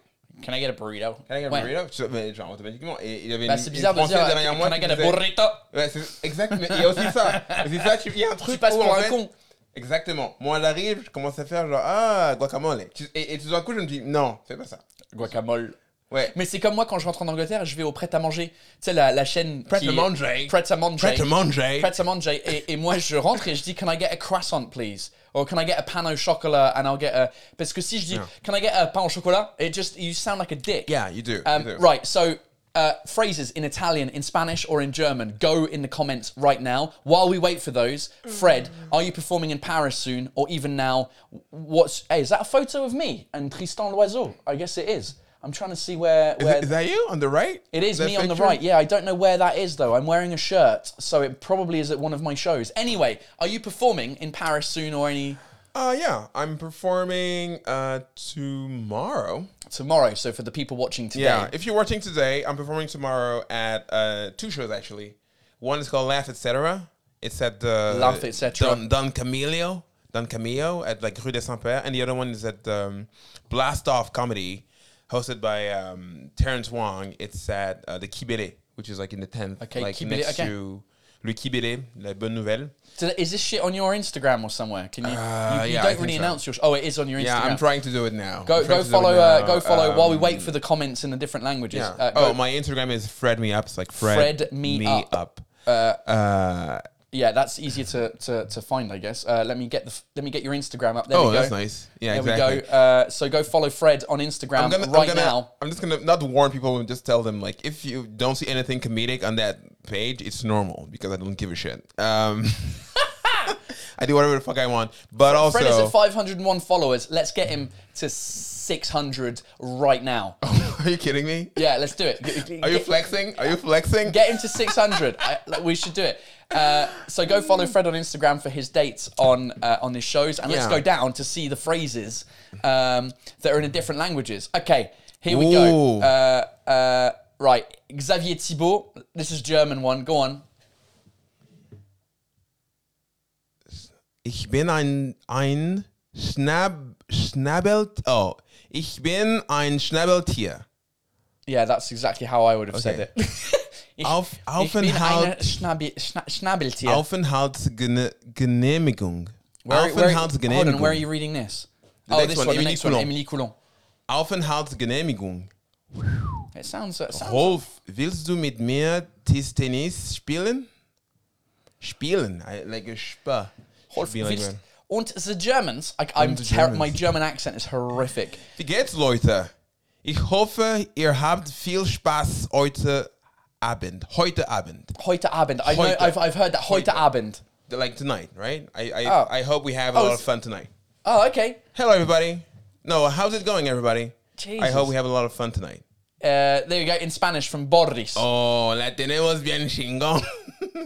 Can I get a burrito? Can I get a Ouais. burrito? Je- mais Genre, automatiquement, et il y avait Bah, une- c'est une bizarre de Française dire. derrière moi Can I qui get a disait- burrito? Ouais, c'est- exactement. Il y a aussi ça. C'est ça, tu- il y a un truc. Tu passes où, pour en un fait, con. Exactement. Moi, elle arrive, je commence à faire genre, ah, guacamole. Tu- Et, et tout d'un coup, je me dis, non, fais pas ça. Guacamole. Ouais. Mais c'est comme moi quand je rentre en Angleterre, je vais au prêt-à-manger. Tu sais, la, la chaîne. Pret qui- à manger. Pret-à-manger. manger. Pret-a-manger. Et, et moi, je rentre et je dis, Can I get a croissant, please? Or can I get a pain au chocolat and I'll get a. Parce que si je dis, Can I get a pain au chocolat? It just. You sound like a dick. Yeah, you do. Um, you do. Right, so uh, phrases in Italian, in Spanish, or in German, go in the comments right now. While we wait for those, Fred, are you performing in Paris soon or even now? What's hey, is that a photo of me and Tristan Loiseau? I guess it is. I'm trying to see where, Is, where it- is that you on the right? it is That me on the picture? right. Yeah, I don't know where that is though. I'm wearing a shirt, so it probably is at one of my shows. Anyway, are you performing in Paris soon or any Uh, yeah, I'm performing uh, tomorrow. tomorrow? So for the people watching today, Yeah, if you're watching today, I'm performing tomorrow at uh, two shows actually. One is called Laugh Etc. It's at the Laugh Et Cetera. Don, Don Camillo, Don Camillo at like Rue des Saint Père, and the other one is at um, Blast Off Comedy, hosted by um, Terrence Wong. It's at uh, the Kibele, which is like in the tenth, Okay, like Quai Belay, next okay. to Le Kibele, La Bonne Nouvelle. Did- Is this shit on your Instagram or somewhere? Can you? you, you Uh, yeah, I don't think really so. announce your. Sh- oh, it is on your Instagram. Yeah, I'm trying to do it now. Go I'm trying go to do it follow uh, now. go follow while we Um, wait for the comments in the different languages. Yeah. Uh, oh, go- my Instagram is Fred Me Up. It's like Fred, Fred Me Up. Up. Uh, yeah, that's easier to, to, to find, I guess. Uh, let me get the f- let me get your Instagram up. There oh, we go. that's nice. Yeah, There exactly. we go. Uh, so go follow Fred on Instagram I'm gonna, right I'm gonna, now. I'm just gonna not warn people and just tell them like if you don't see anything comedic on that page, it's normal because I don't give a shit. Um, I do whatever the fuck I want. But also, Fred is at 501 followers. Let's get him to 600 right now. are you kidding me? Yeah, let's do it. G- g- Are you get- flexing? Are you flexing? Get him to 600. I, like, we should do it. Uh, so go follow Fred on Instagram for his dates on uh, on his shows, and let's Yeah. go down to see the phrases um, that are in the different languages. Okay, here we Ooh. go. Uh, uh, right, Xavier Thibault. This is German one. Go on. Ich bin ein ein Schnab Schnabelt. Oh, ich bin ein Schnabeltier. Yeah, that's exactly how I would have said Okay. it. Ich- Auf- ich bin Aufenthalt- eine Schnabi- Schna- Schnabeltier. Aufenthaltsgenehmigung. Where- where- Hold on, Aufenthaltsgenehmigung. where are you reading this? The oh, next this one, one, the Émilie next one, Coulon. Emily Coulon. Aufenthaltsgenehmigung. It sounds. It sounds Rolf, willst du mit mir Tis- Tennis spielen? Spielen, I, like a spa. Rolf, Willst- Und the Germans, I, I'm the ter- my Germans. German accent is horrific. Wie geht's, Leute? Ich hoffe, ihr habt viel Spaß heute Abend. Heute Abend. Heute Abend. I know, Heute. I've, I've heard that heute, Abend. Like tonight, right? I, I, Oh. I hope we have a Oh, lot it's- of fun tonight. Oh, okay. Hello, everybody. No, how's it going, everybody? I Jesus. hope we have a lot of fun tonight. Uh, there you go, in Spanish from Boris. Oh, la tenemos bien chingón.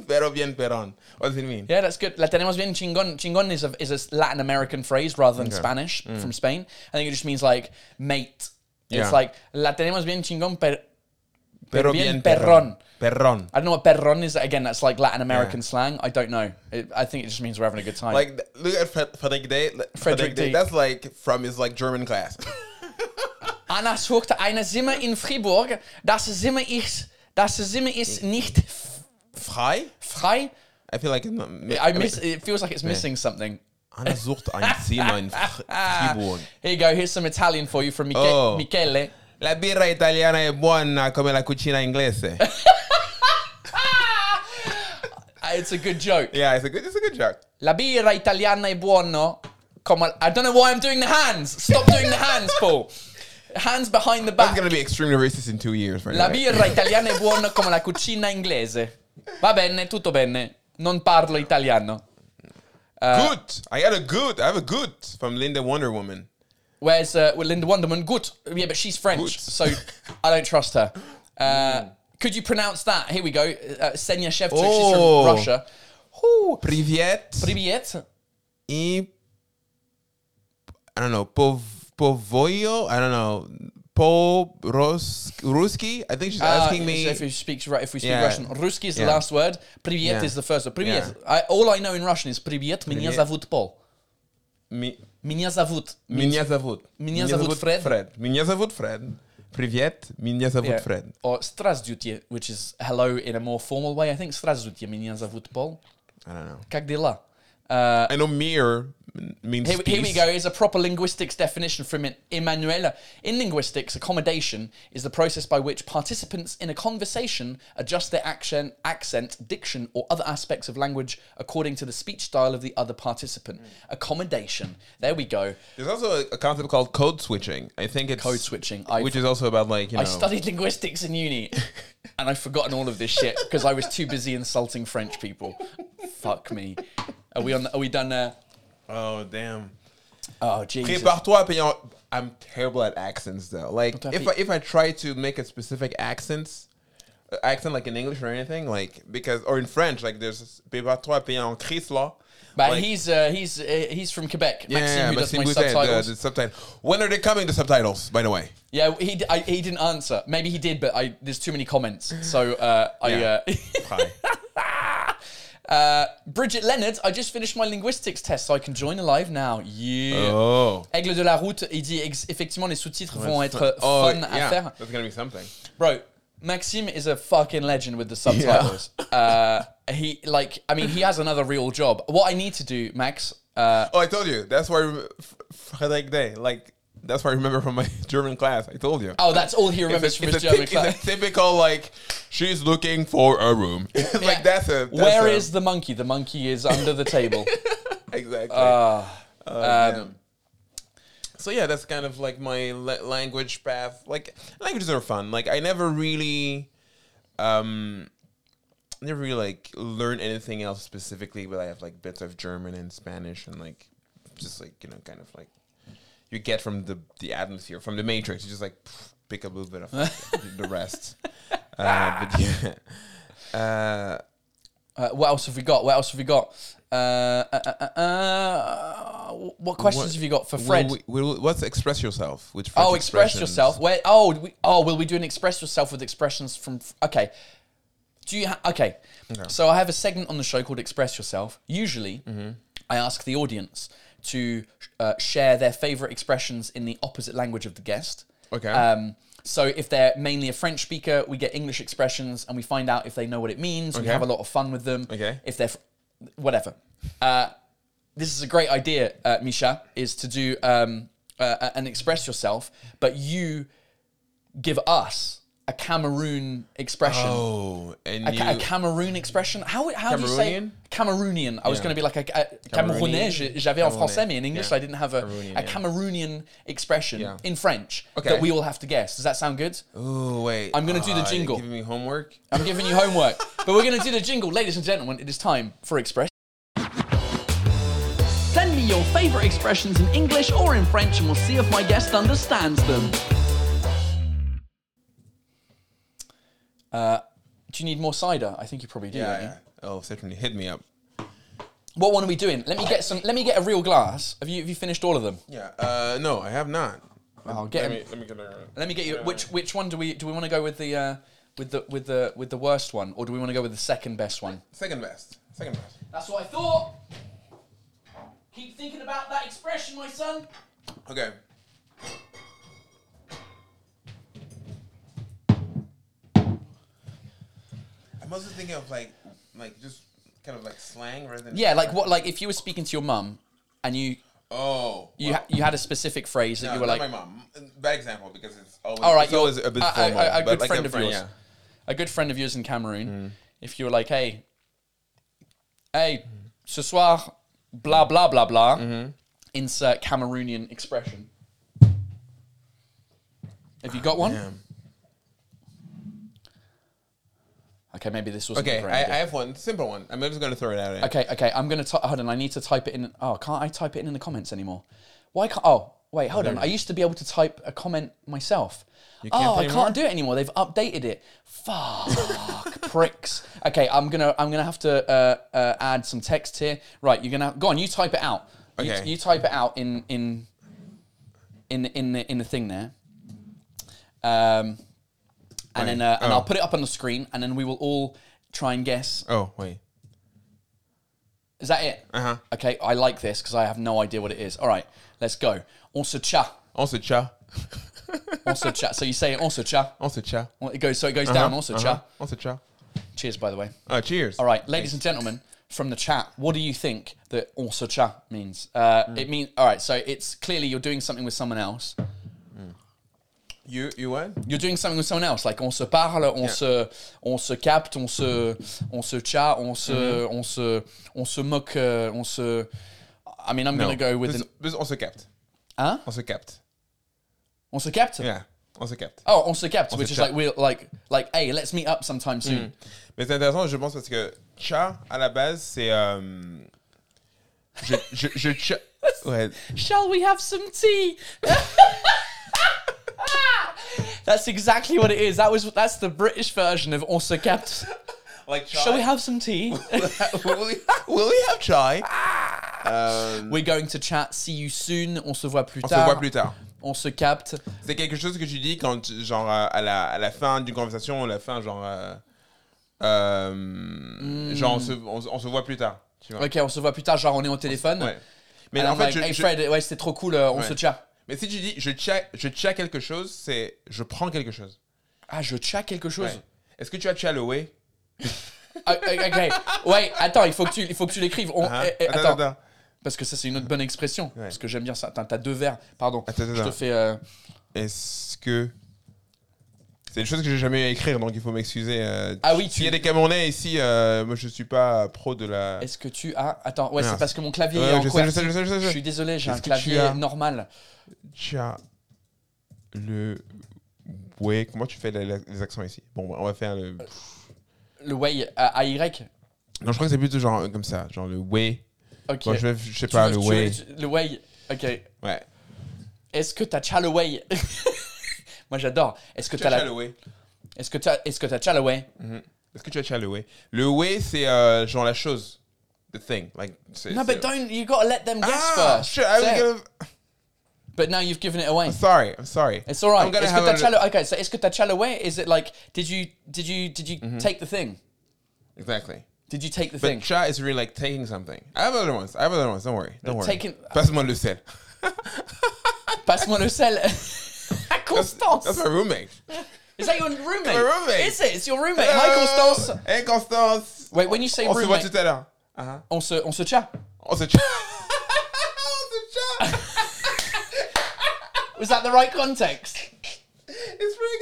Pero bien perón. What does it mean? Yeah, that's good. La tenemos bien chingon. Chingon is a, is a Latin American phrase rather than Spanish from Spain. I think it just means like mate. Yeah. It's like la tenemos bien chingon, per- pero bien perrón. Perrón. I don't know what perron is. Again, that's like Latin American slang. I don't know. It, I think it just means we're having a good time. Like, th- look at Fred- Frederick Day. L- Frederick Day. That's like from his like German class. Anna suchte eine Zimmer in Fribourg. Das Zimmer ist, das Zimmer ist nicht f- Frei? frei. I feel like it's not, mi- I miss. It feels like it's missing something. Anna sucht ein Zimmer in Fr- Fribourg. Here you go. Here's some Italian for you from Miche- Oh. Michele. La birra italiana è buona come la cucina inglese. Uh, It's a good joke. yeah, it's a good, it's a good joke. La birra italiana è buono. Come on. I don't know why I'm doing the hands. Stop doing the hands, Paul. Hands behind the That's back. gonna be extremely racist in two years, right? La birra italiana è buona come la cucina inglese. Va bene, tutto bene. Non parlo italiano. good. I got a good. I have a good from Linda Wonder Woman. Where's uh, well, Linda Wonderman? Good. Yeah, but she's French, Good. so I don't trust her. Uh, could you pronounce that? Here we go. Uh, Senya Shevchuk, Oh. she's from Russia. Uh, Whoo. Privet. Привет. I I don't know pov povoyo. I don't know po ros ruski. I think she's asking Uh, me. so if we speak, right, if we speak Yeah. Russian. Ruski is the Yeah. last word. Привет Yeah. is the first word. Привет. Yeah. I, all I know in Russian is Привет, меня Привет. зовут Пол. Mi- Меня зовут. Меня зовут. Меня зовут Фред. Меня зовут Фред. Privyet, меня зовут Yeah. Fred. Or Strasdutye, which is hello in a more formal way. I think Strasdutye меня зовут Paul. I don't know. Как дела? I know mir m- means Here, here we peace. go. Is a proper linguistics definition from an Emanuela. In linguistics, accommodation is the process by which participants in a conversation adjust their action, accent, diction, or other aspects of language according to the speech style of the other participant. Mm. Accommodation. There we go. There's also a, a concept called code switching. I think it's Code switching. I've- which is also about like you know. I studied linguistics in uni, and I've forgotten all of this shit because I was too busy insulting French people. Fuck me. Are we on? Are we done there? Oh damn. Oh Jesus. Prépare-toi à payer- I'm terrible at accents though. Like à if fait. I, if I try to make a specific accent, uh, accent like in English or anything, like because or in French, like there's prépare-toi à payer en crise là. But Like, he's uh, he's uh, he's from Quebec. yeah, Maxime, yeah, who does Maxime my Boutet, subtitles. uh, The, the subtitle. When are they coming? The subtitles, by the way. Yeah, he d I he didn't answer. Maybe he did, but I there's too many comments. So uh, I. Yeah. Uh, Hi. Uh, Bridget Leonard, I just finished my linguistics test, so I can join live now. Yeah. Oh. Aigle de la route, il dit ex- effectivement les sous-titres vont That's être fu- oh, fun à yeah. faire. That's gonna be something. Bro, Maxime is a fucking legend with the subtitles. Uh, he like, I mean, he has another real job. What I need to do, Max. Uh, Oh, I told you. That's why I rem- F- Frederick Day. Like that's what I remember from my German class. I told you. oh, that's all he remembers It's a, from his it's a German typ- class. it's a typical like she's looking for a room. It's like that's a. That's Where a- is the monkey? The monkey is under the table. exactly? Oh, damn. so yeah, that's kind of like my la- language path. Like languages are fun. Like I never really, um, never really like learn anything else specifically. But I have like bits of German and Spanish and like just like you know kind of like you get from the the atmosphere from the Matrix. You just like pff, pick up a little bit of the- the rest. Uh, but yeah. Uh, Uh, what else have we got? What else have we got? Uh, uh, uh, uh, uh, what questions What- have you got for will Fred? we- will- what's express yourself? Which oh, express yourself. Where? Oh, we, oh, will we do an express yourself with expressions from? Okay. Do you? Ha- okay. So I have a segment on the show called Express Yourself. Usually, I ask the audience to uh, share their favorite expressions in the opposite language of the guest. Okay. Um, so if they're mainly a French speaker, we get English expressions and we find out if they know what it means. We Okay. have a lot of fun with them. Okay. If they're, fr- whatever. Uh, this is a great idea, uh, Misha, is to do um, uh, and express yourself, but you give us a Cameroon expression. Oh, and A, you, Ca- a Cameroon expression. How, how do you say Cameroonian? Cameroonian? I was Yeah. going to be like a, a Camerounais. j- J'avais en Camerounais. français, mais in English Yeah. I didn't have a, Cameroonian, a yeah. Cameroonian expression Yeah. in French Okay. that we all have to guess. Does that sound good? oh wait, I'm gonna do the Ah, you're jingle. Giving me homework. I'm giving you homework, but we're going to do the jingle, ladies and gentlemen. It is time for Express. Send me your favorite expressions in English or in French and we'll see if my guest understands them. Do you need more cider? I think you probably do. Yeah, don't you? yeah. Oh, certainly hit me up. What one are we doing? Let me get some. Let me get a real glass. Have you have you finished all of them? Yeah. Uh, no, I have not. I'll get. let Let me let me get a- let me get you. Which which one do we do we want to go with the uh, with the with the with the worst one, or do we want to go with the second best one? second best. Second best. That's what I thought. Keep thinking about that expression, my son. Okay. I'm also thinking of like like just kind of like slang rather than Yeah, like what? Like if you were speaking to your mum, and you Oh, you ha- you had a specific phrase that No, you were not like, my mom. Bad example because it's always all right, it's you're- always a bit a- a- formal. a, a but good like friend a of yours, yeah. a good friend of yours in Cameroon. Mm. If you were like, hey, hey, ce soir, blah blah blah blah, Mm-hmm. insert Cameroonian expression. Have you got one? Okay, maybe this wasn't Okay, a great I, idea. I have one simple one. I'm just gonna throw it out. At you. Okay, okay, I'm gonna t- hold on. I need to type it in. Oh, can't I type it in in the comments anymore? Why can't? Oh, wait, hold on. I used to be able to type a comment myself. can't oh, I anymore? can't do it anymore. They've updated it. Fuck, pricks. Okay, I'm gonna I'm gonna have to uh, uh, add some text here. Right, you're gonna go on. You type it out. You, Okay. you type it out in in in the- in the in the thing there. Um, and then uh, and Oh. I'll put it up on the screen, and then we will all try and guess Oh wait. is that it? Uh Uh-huh. Okay, I like this because I have no idea what it is. All right, let's go. On se tcha. Also, cha. Also cha. So you say also cha. Also, ciao. Well, It goes so it goes down Uh-huh. also cha. Also, ciao. Cheers, by the way. Uh, cheers. All right, ladies and gentlemen from the chat, what do you think that also cha means? Uh, Mm. It means all right. So it's clearly you're doing something with someone else. You you what? You're doing something with someone else, like on se parle, on se, on se capte, on se, on se chat, on se, Mm-hmm. on se, on se moque, uh, on se. I mean, I'm gonna go with this, an Hein? this also kept. Huh? Also kept. on se capte. Yeah. Also kept. Oh, on se capte, which se is capte. like Mm. we're like like hey, let's meet up sometime soon. Mais c'est intéressant, je pense, parce que chat, à la base, c'est. euh, je, je, je cha- Ouais. Shall we have some tea? that's exactly what it is. That was that's the British version of on se capte. Like Shall we have some tea? will, we, will we have chai? we're going to chat. See you soon. On se voit plus On se tard. voit plus tard. On se capte. C'est quelque chose que tu dis quand, tu- genre, euh, à la, à la fin d'une conversation, à la fin, genre. euh, euh, Hmm. Genre, on se, on- on se voit plus tard. Tu vois? Ok, on se voit plus tard. Genre, on est au téléphone. Ouais. Mais And en I'm fait, like, je- hey je- Fred, ouais, c'était trop cool. euh, on Ouais. se chat. mais si tu dis je check, je check quelque chose, c'est je prends quelque chose. Ah, je chat quelque chose. Ouais. Est-ce que tu as chat away? Ah, ok, ouais. Attends, il faut que tu, il faut que tu l'écrives. On- Hein? eh, eh, Attends, attends. Parce que ça, c'est une autre bonne expression. Parce que j'aime bien ça. Attends, T'as deux verres. Pardon. Attends, Je te attends. fais. euh, Est-ce que. C'est une chose que j'ai jamais eu à écrire, donc il faut m'excuser. euh, Ah oui, tu- S'il y a des Camerounais ici, euh, moi je suis pas pro de la. Est-ce que tu as. Attends, ouais, c'est Merde. parce que mon clavier Ouais, est en je sais, QWERTY. je sais, je sais, je sais, je suis désolé, j'ai un Est-ce que tu clavier as- normal. Tcha. Le. Ouais, comment tu fais la- la- les accents ici Bon, on va faire le. Euh. Le way euh, à Y. Non, je crois que c'est plutôt genre euh, comme ça, genre le way. Ok. Moi je, vais- je sais Tu pas, veux- le tu way. veux- tu- Le way. Ok. Ouais. Est-ce que t'as Chalaway Moi j'adore. Est-ce que t'as la... way. Est-ce que t'as Est-ce que t'as Chalaway Mm. Est-ce que tu as tcha le way Le way, c'est euh, genre la chose. The thing. Like, c'est- No, c'est- but don't. You gotta let them guess Ah, first. shit, I was Say it. gonna- But now you've given it away. Sorry, I'm sorry. It's all right. I'm gonna Est-ce que have t'as a- Chala- Okay, so est-ce que t'as Chalaway Is it like did you did you did you Mm-hmm. take the thing? Exactly. Did you take the But thing? cha is really like taking something. I have other ones. I have other ones. Don't worry. Don't worry. taking- Passe-moi le sel. Passe-moi le sel. À Constance. That's my roommate. Is that your roommate? My roommate. Uh, Is it? It's your roommate. Hi, Constance. Hey, Constance. Wait, when you say on se roommate- voit tout à l'heure. Uh-huh. On se, on se chat. On se cha. on se cha. Was that the right context? It's pretty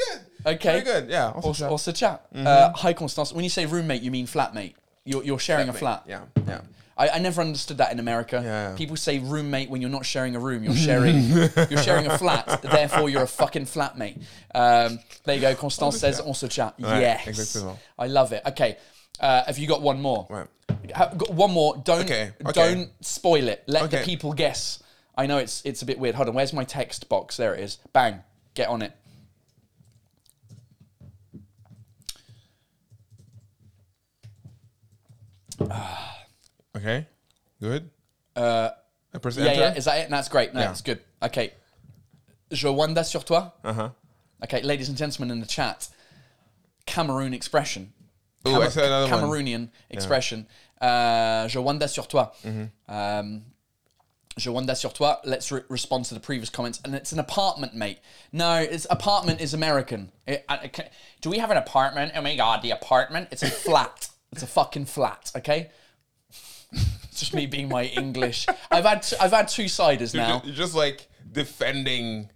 good. Okay. Pretty good. Yeah. Mm-hmm. On, On se se- cha. on se chat. Uh, hi, Constance. When you say roommate, you mean flatmate. You're, you're sharing a flat. Yeah. Yeah. I, I never understood that in America. Yeah. People say roommate when you're not sharing a room. You're sharing you're sharing a flat. Therefore, you're a fucking flatmate. Um, there you go. Constance says on se chat. Right, yes. exactement. I love it. Okay. Uh, have you got one more? Right. Ha- got one more. Don't Okay, okay. don't spoil it. Let the Okay. people guess. I know it's it's a bit weird. Hold on. Where's my text box? There it is. Bang. Get on it. Okay. Good. Uh. I press Yeah, enter. yeah. Is that it? That's great. No, Yeah. it's good. Okay. Je wanda sur toi. uh-huh. Okay, ladies and gentlemen in the chat, Cameroon expression. Ooh, I said another one. Cameroonian expression. Uh, je wanda sur toi. Mm-hmm. Um, je wanda sur toi. Let's re- respond to the previous comments. And it's an apartment, mate. No, it's apartment is American. It- I- I ca- do we have an apartment? Oh my god, the apartment. It's a flat. it's a fucking flat. Okay. It's just me being my English. I've had t- I've had two ciders now. You're just like defending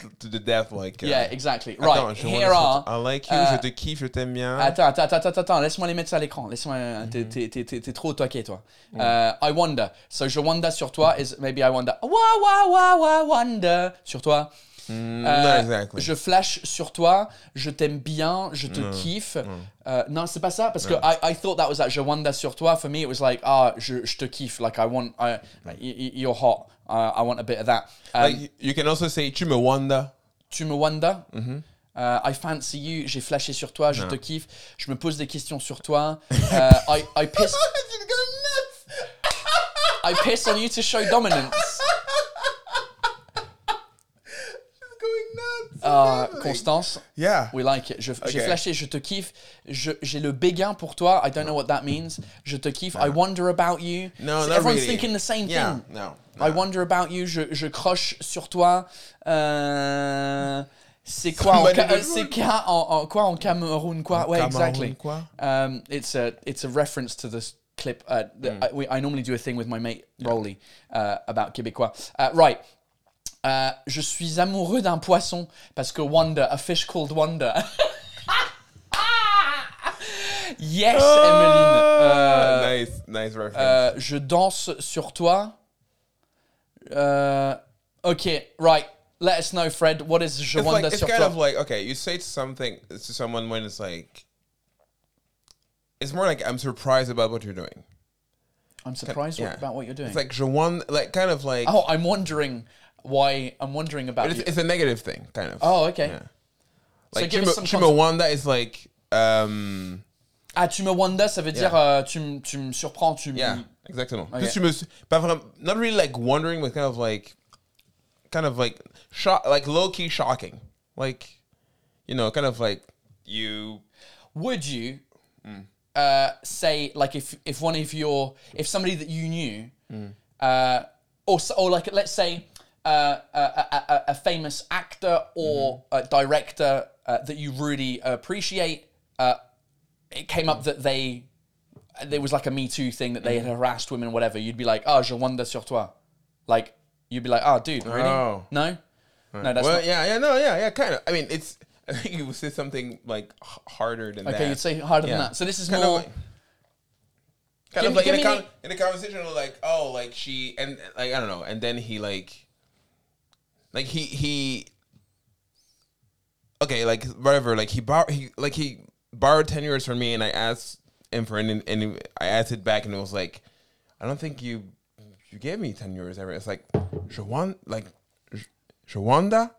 t- to the death, like. uh, Yeah, exactly. Attends, Right. je Here vois- are. I like you, uh, je te kiffe, je t'aime bien. Attends, attends, attends, attends, attends, laisse-moi les mettre ça à l'écran. Laisse-moi. euh, t'es- t'es- T'es t'es- t'es trop au taquet, toi. Euh, I wonder. So, je wonder sur toi is maybe I wonder. Wa, wa, wa, wa, wonder sur toi. Euh, Mm, not exactly. Je flash sur toi. Je t'aime bien. Je te kiffe. Euh, non, c'est pas ça parce que I, I thought that was that. Je wonder sur toi. For me, it was like ah, je, je te kiffe. Like I want. I, y- y- you're hot. Uh, I want a bit of that. Um, Like, you- you can also say tu me wonder. tu me wonder. Euh, I fancy you, j'ai flashé sur toi, je te kiffe, je me pose des questions sur toi. Euh, I, I, piss, I piss on you to show dominance. going nuts. uh, Constance. Yeah. We like it. Je- J'ai Okay. flashé, je te kiffe. Je- J'ai le béguin pour toi. I don't know what that means. Je te kiffe. I wonder about you. No, So not Everyone's really. thinking the same Yeah, thing. no, I no. wonder about you. Je, je croche sur toi. Euh, c'est quoi, en, Somebody Ca- euh, would- c'est quoi en, en- quoi en Cameroun quoi? Ouais, Cameroun, exactly. quoi? Um, it's a it's a reference to this clip. Uh, that Hmm. I, we, I normally do a thing with my mate Rolly uh, about Québécois. Uh, right. Uh, je suis amoureux d'un poisson parce que Wonder, a fish called Wonder. yes, Emmeline. Uh, nice, nice reference. euh, je danse sur toi. Euh, ok, right. Let us know, Fred. What is je it's wonder like, it's sur kind toi? of like okay, you say something to someone when it's like, it's more like I'm surprised about what you're doing. I'm surprised what- yeah. about what you're doing. It's like je won, like kind of like oh, I'm wondering why. I'm wondering about it's, you. it's a negative thing, kind of. Oh, okay. Yeah. Like give Chimo, us some Chimawanda is like um Ah, tu me wonder, ça veut dire euh, tu, me- tu me surprends, tu me. yeah, exactement. Mm-hmm. Okay. Just Chimo- but from- not really like wondering, but kind of like, kind of like shock, like low key shocking, like you know, kind of like you. Would you uh, say like if if one of your if somebody that you knew uh, or s- or like let's say uh, a, a, a- a famous actor or Mm-hmm. a director uh, that you really appreciate, uh, it came up that they there was like a Me Too thing that they Mm-hmm. had harassed women, whatever. You'd be like, oh, je wonder sur toi, like you'd be like, oh, dude, really? Oh. No, no, that's well, not. yeah, yeah, no, yeah, yeah, kind of. I mean, it's. I think you would say something like h- harder than that. Okay, you'd say harder Yeah. than that. So this is Kind of more. like- Give kind of me- like give in a, me con- in a conversation like oh like she and like i don't know and then he like like he he okay like whatever like he borrowed he like he borrowed 10 euros from me and i asked him for an and he- i asked it back and it was like i don't think you you gave me 10 euros ever it's like Jawan like J- Jawanda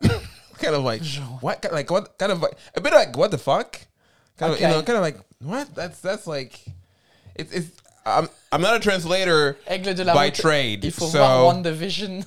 kind of like what kind- like what kind of like a bit like what the fuck kind of you Okay. know kind of like what that's that's like it's it's I'm I'm not a translator Aigle de la by route, trade. Il faut so voir One Division.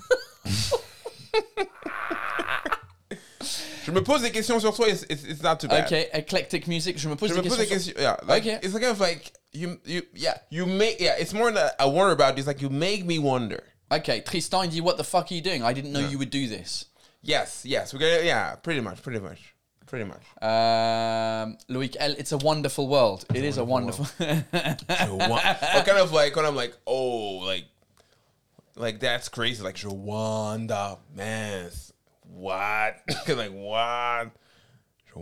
je me pose des questions sur toi. It's, it's, it's not too bad. ok, eclectic music. Je me pose Je des me pose questions. des sur- questions. Yeah, like Okay. it's kind of like you you yeah you make yeah it's more than I wonder about. It's like you make me wonder. Ok, Tristan, il dit What the fuck are you doing? I didn't know you would do this. Yes, yes, we're gonna yeah, pretty much, pretty much, pretty much. Uh, Um, Loic L, it's a wonderful world. It is a wonderful. Je wa- or kind of like when I'm like oh like like that's crazy like Rwanda man what like what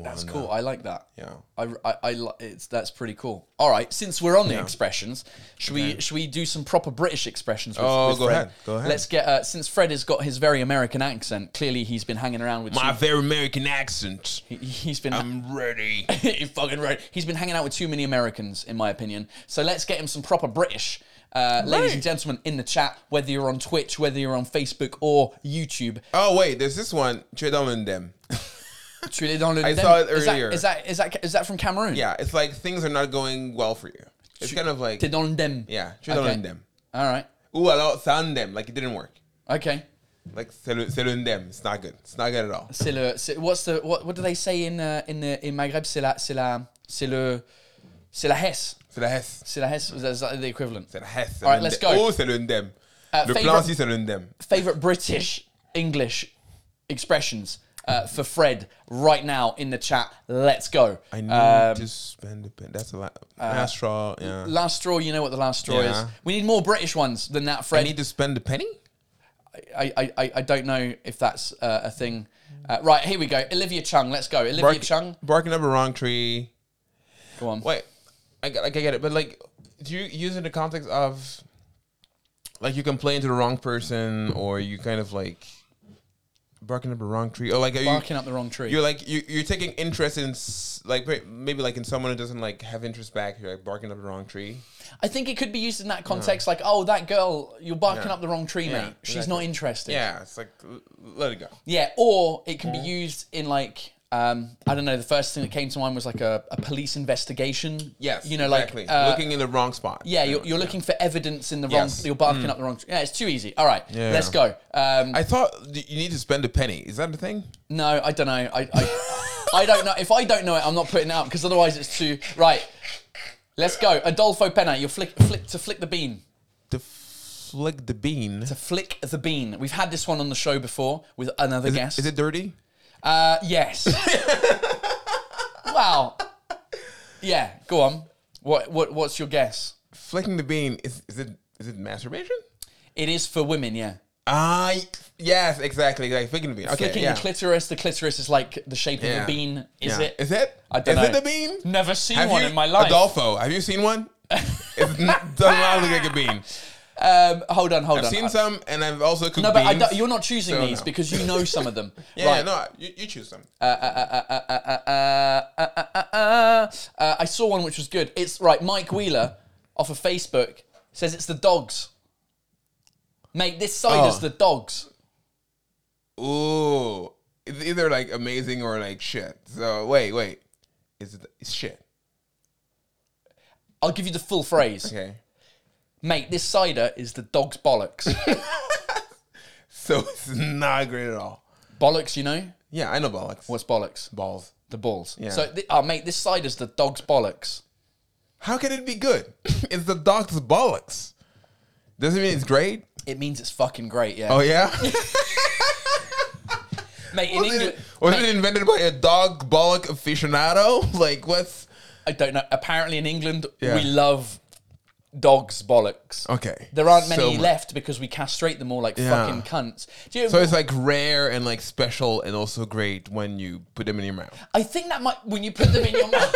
That's Rwanda. cool. I like that. Yeah. I, I, I li- it's that's pretty cool. All right, since we're on the Yeah. expressions, should we should we do some proper British expressions? With, Oh, with go Fred? ahead, go ahead. Let's get uh, since Fred has got his very American accent. Clearly, he's been hanging around with. my Too, very American accent. he- he's been I'm ready. You're fucking right. He's been hanging out with too many Americans, in my opinion. So let's get him some proper British. Uh, Ladies and gentlemen, in the chat, whether you're on Twitch, whether you're on Facebook or YouTube, Oh wait, there's this one. Trade on them. tu es dans le. I Dem- saw it is that- earlier. Is that is that is that from Cameroon? Yeah, it's like things are not going well for you. It's kind of like T'es dans le dem. yeah, trade on Okay. them. All right. Ooh, alors c'est un dem. Like it didn't work. Okay. Like c'est le c'est le dem. It's not good. It's not good at all. C'est le. c'est- what's the what what do they say in uh, in the, in Maghreb? C'est la c'est la c'est le c'est la hesse. C'est la hesse. C'est la hesse. Is that the equivalent? C'est la hesse. All right, let's go. Uh, Oh, c'est le dem. le favorite- plan si c'est le dem. favorite British English expressions uh, for Fred right now in the chat. Let's go. I need Um, uh, to spend a pen. That's a lot. last straw. Yeah. last straw, you know what the last straw Yeah. is. We need more British ones than that, I Fred. I, need to spend a penny. I, I, I, don't know if that's uh, a thing. Uh, right, here we go. Olivia Chung, let's go. Olivia Bark- Chung, Barking up a wrong tree. go on. Wait, I get, like I get it, but like, do you use it in the context of like you complain to the wrong person, or you kind of like barking up the wrong tree, or like are Barking you, up the wrong tree. You're like you, you're taking interest in s- like may- maybe like in someone who doesn't like have interest back. You're like barking up the wrong tree. I think it could be used in that context, like, "Oh, that girl, you're barking Yeah. up the wrong tree, Yeah, mate. She's not exactly. interested." Yeah, it's like l- let it go. Yeah, or it can be used in like Um, I don't know. The first thing that came to mind was like a, a police investigation. Yes, you know, exactly. like uh, looking in the wrong spot. Yeah, you're, you're looking for evidence in the wrong. Yes. You're barking up the wrong. Yeah, it's too easy. All right, Yeah. let's go. Um, I thought th- you need to spend a penny. Is that a thing? no, I don't know. I, I, I don't know. If I don't know it, I'm not putting it out because otherwise it's too. Right, let's go. Adolfo Pena, you flick, flick to flick the bean. To flick the bean. To flick the bean. We've had this one on the show before with another guest. Is it dirty? Uh, yes. wow. Yeah. Go on. What? What? What's your guess? Flicking the bean is is it is it masturbation? It is for women. Yeah. Ah, y- yes, exactly. Like flicking the bean. Okay, Flicking yeah. the clitoris. The clitoris is like the shape of Yeah. a bean. Is Yeah. it? Is it? I don't is know. it the bean? Never seen Have one you- in my life. Adolfo, have you seen one? it not, does not look like a bean. Um, hold on. Hold I've on. seen I- some, and I've also cooked No, but I beans. don't- you're not choosing so these no. because you know some of them. Yeah, right. no, you, you choose them. uh, uh, uh, uh, uh, uh, I saw one which was good. It's right. Mike Wheeler off of Facebook says it's the dogs. Mate, this side Oh. is the dogs. Ooh, it's either like amazing or like shit. So wait, wait, is it it's shit? I'll give you the full phrase. Okay, Mate, this cider is the dog's bollocks. so it's not great at all. bollocks, you know? Yeah, I know bollocks. What's bollocks? balls? The balls. So, th- oh, mate, this cider's the dog's bollocks. How can it be good? it's the dog's bollocks. Doesn't mean it's great. It means it's fucking great, yeah. Oh yeah, mate, in was, England, it, was it invented by a dog bollock aficionado? Like what's I don't know. Apparently, in England, Yeah. we love dogs' bollocks. Okay. There aren't many So much. left because we castrate them all like Yeah. fucking cunts. Do you, So it's like rare and like special and also great when you put them in your mouth. I think that might when you put them in your mouth.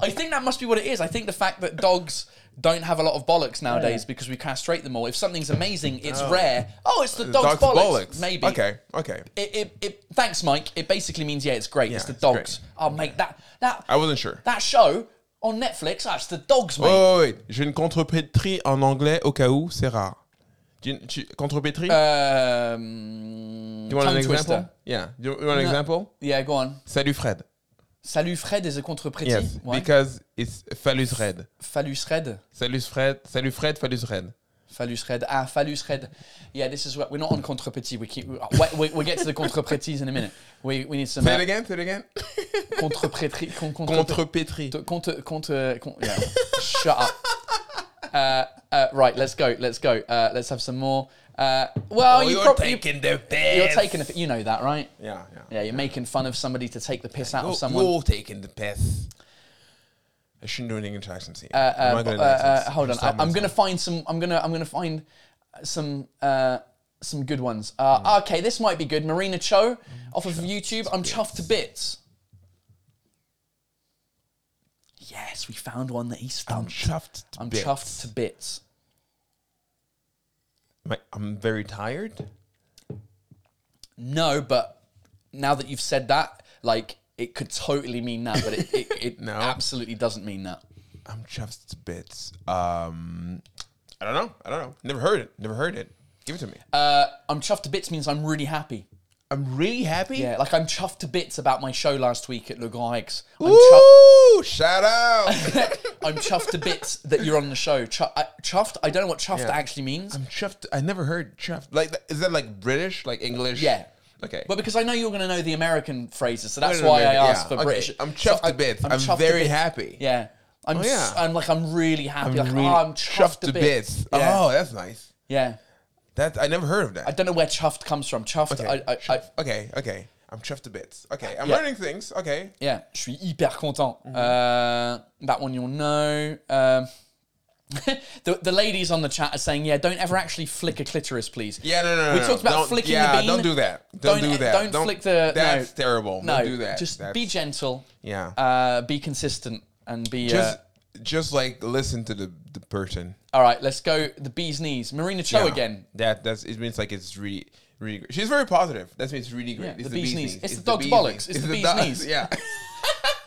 I think that must be what it is. I think the fact that dogs don't have a lot of bollocks nowadays because we castrate them all. If something's amazing, it's rare. Oh, it's the dog's, bollocks. Maybe. Okay. Okay. It, it, it, thanks, Mike. It basically means yeah, it's great. it's the it's dogs. great. Oh, mate, that that I wasn't sure. that show on Netflix. That's the dogs, mate. Oh wait, j'ai une contrepétrie en anglais au cas où, c'est rare. Do you, do you- contrepétrie? um, do you want an Euh, tongue example? twister. Yeah. Do you, you want an No. example? Yeah, go on. Salut Fred. Salut Fred is a contre-prétis. Yes, Why? because it's phallus red. Phallus Red. Salut Fred. Salut Fred. Phallus red. Phallus Red. Ah, Phallus Red. Yeah, this is what we're not on contre-prétis. We keep, we, we, we'll get to the contre-prétis in a minute. We, we need some Say it uh, again. Say it again. contre-prétis. con- contre- Contrepétrie. Contre, contre, con- yeah. Shut up. Uh, uh, right, let's go. Let's go. Uh, let's have some more. Uh, well, you probably Oh, the piss. you're taking a, you know that, right? Yeah. Yeah, you're making fun of somebody to take the piss out You're, of someone. you're taking the piss. I shouldn't do an English accent. see. Uh, I'm not but, good uh, at accents. uh, hold on, Stop I, I'm myself. gonna find some. I'm gonna I'm gonna find uh, some uh, some good ones. Hmm. Uh, Okay, this might be good. Marina Cho off of YouTube. I'm chuffed to bits. Yes, we found one that he I'm stumped. chuffed. to I'm bits. chuffed to bits. My- I'm very tired. No, but now that you've said that, like it could totally mean that, but it, it, it No. absolutely doesn't mean that. I'm chuffed to bits. Um, I don't know. I don't know. Never heard it. Never heard it. Give it to me. Uh, I'm chuffed to bits means I'm really happy. I'm really happy. Yeah, like I'm chuffed to bits about my show last week at Le Grand Rex. I'm chuffed. Ooh, shout out. I'm chuffed to bits that you're on the show. Chu- I, chuffed? I don't know what chuffed Yeah. actually means. I'm chuffed. I never heard chuffed. Like, th- is that like British, like English? Yeah. Okay. but because I know you're going to know the American phrases, so that's no, no, why no, I yeah. asked for Okay, British. I'm chuffed to I- bits. I'm chuffed to very bits. happy. Yeah. I'm, Oh, s- yeah. I'm like, I'm really happy. like, really oh, I'm chuffed, to bits. Yeah. Oh, that's nice. yeah. That I never heard of that. I don't know where chuffed comes from. Chuffed, okay. I, I, I, chuffed. okay. Okay. I'm chuffed to bits. Okay. I'm Yeah. learning things. Okay. yeah, je suis hyper content. Mhm. Uh, that one you'll know. Um, the, the ladies on the chat are saying, yeah, don't ever actually flick a clitoris, please. Yeah, no, no, no. We no. talked about Don't- flicking yeah, the bean. don't do that. Don't, do that. Don't, flick the. That's no. terrible. No, don't do that. Just That's- be gentle. Yeah. Uh, be consistent and be. just, uh, just like listen to the, the person. all right, let's go. The bee's knees. Marina Cho Yeah. Oh, again. That that's it means like it's really really. Great. She's very positive. That means it's really great. Yeah, it's the bee's knees. It's the dog's bee's bollocks. knees. It's the bee's dog's- knees. Yeah.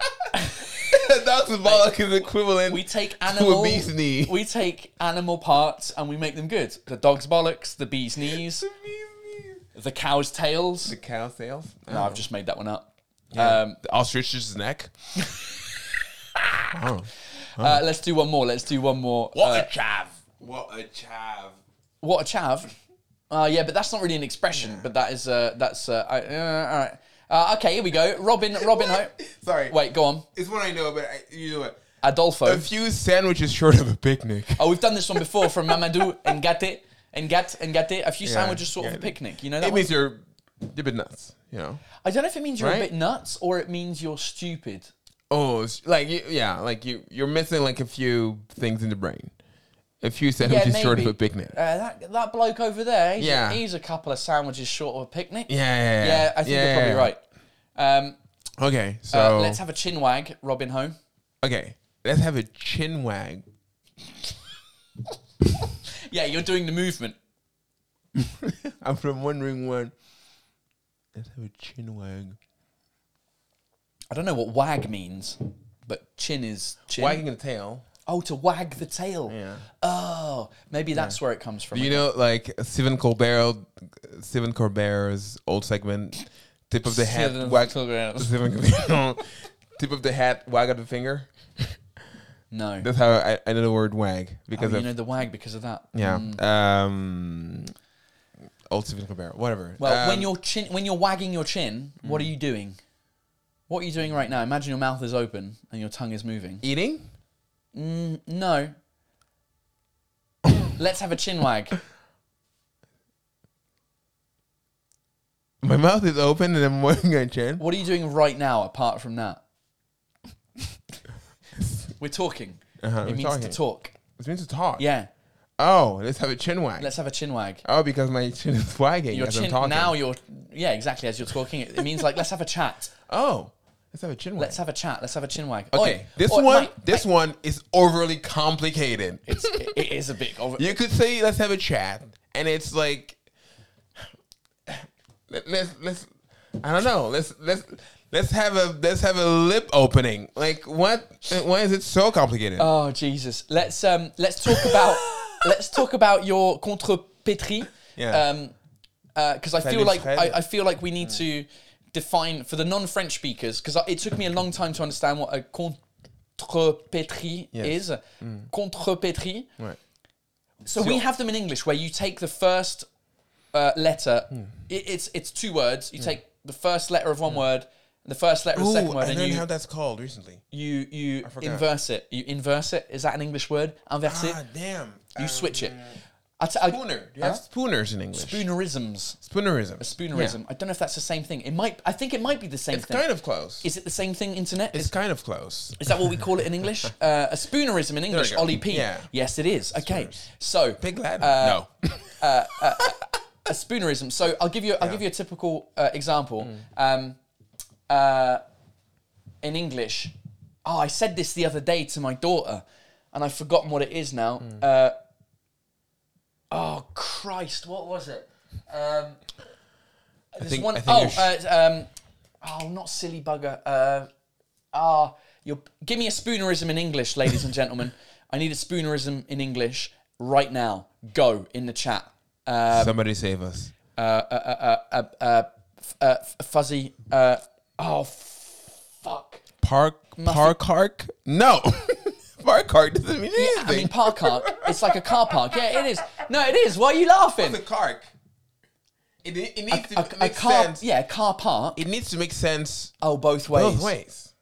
the dog's bollock is equivalent. We take To animal. a bee's knee. We take animal parts and we make them good. The dog's bollocks. The bee's knees. Bee's knees. The Cow's Tails. The cow sales. No, I've just made that one up. Um, The ostrich's neck. oh. uh, let's do one more. Let's do one more. Uh, chav! What a chav! what a chav. Uh, yeah, but that's not really an expression. But that is uh, that's uh, I, uh, all right. Uh, okay, here we go. Robin, Robin Hood. Sorry. Wait, go on. It's one I know, but I, you know what? Adolfo. A few sandwiches short of a picnic. Oh, we've done this one before from Mamadou and Gatte and Gat and Gatte. A few sandwiches, sort of yeah. a picnic. You know that. It One? means you're a bit nuts, you know. I don't know if it means you're a Right? bit nuts or it means you're stupid. Oh, it's like you- yeah, like you you're missing like a few things in the brain. A few Yeah, sandwiches short of maybe. a picnic. Uh, that that bloke over there. He's, Yeah. he's a couple of sandwiches short of a picnic. Yeah, yeah, yeah. Yeah, I think Yeah, you're probably yeah. Oh. right. Um, Okay, so uh, let's have a chin wag, Robin Home. okay, let's have a chin wag. Yeah, you're doing the movement. I'm from wondering one. Let's have a chin wag. I don't know what wag means, but chin is chin. Wagging the tail. Oh, to wag the tail. Yeah. Oh, maybe that's where it comes from. Do you know like Stephen Colbert, Stephen Colbert's old segment, tip of the Stephen hat, wag, Colbert. Stephen Colbert, tip of the hat, wag of the finger. no. That's how I, I know the word wag because Oh, you of know the mm. wag because of that. Yeah. Um, old Stephen Colbert, whatever. Well, when Um, you're chin, when you're wagging your chin, what are you doing? What are you doing right now? Imagine your mouth is open and your tongue is moving. eating, No. Let's have a chin wag. my mouth is open and I'm wagging my chin. What are you doing right now apart from that? We're talking. Uh-huh, it we're means to talking. talk. It's meant to talk. Yeah. Oh, let's have a chin wag. Let's have a chin wag. oh, because my chin is wagging Your as I'm chin talking. now you're yeah, exactly as you're talking. It, it means like let's have a chat. oh, let's have a chin wag. Let's have a chat. Let's have a chin wag. okay, Oi, this oi, one, mate, this mate. one is overly complicated. It's, it, it is a bit over. You could say let's have a chat, and it's like let, let's let's I don't know let's let's let's have a let's have a lip opening. Like what? Why is it so complicated? Oh Jesus! Let's um let's talk about let's talk about your contre pétri. Yeah. Mm. Um, because I feel Salut, like I, Fred. I feel like we need to define for the non-French speakers because it took me a long time to understand what a contre pétri is. Yes. Mm. Contre pétri. right. So we have them in English where you take the first uh, letter. Hmm. It, it's it's two words. You take the first letter of one word, the first letter of the second Ooh, word, I and learned you how that's called recently. you you forgot. inverse it. You inverse it. Is that an English word? Inverse it. Ah, damn. You switch it. I t- I- Spooner. Do you Huh? have spooners in English? Spoonerisms. Spoonerism. Spoonerism. I don't know if that's the same thing. It might. I think it might be the same It's thing. kind of close. Is it the same thing? Internet. It's Is, kind of close. is that what we call it in English? Uh, a spoonerism in English. we go. Ollie P. Yeah. Yes, it is. Okay. So uh, Big lad. no. a spoonerism. So I'll give you. I'll give you a typical uh, example. Mm. Um, uh, in English, oh, I said this the other day to my daughter, and I've forgotten what it is now. Mm. Uh, oh Christ, what was it? Um, there's think- one I think oh you sh- uh, um, oh, not silly bugger. Uh, ah, you give me a spoonerism in English, ladies and gentlemen. I need a spoonerism in English right now. Go in the chat. uh, Somebody save us. f- uh, f- fuzzy. Uh, oh, fuck. Park. Parkark. No. Parkark doesn't mean anything. I mean, park car. It's like a car park. Yeah, it is. No, it is. Why are you laughing? the cark. It, it it needs A, to a make car. sense. Yeah, car park. It needs to make sense Oh, both ways. both ways.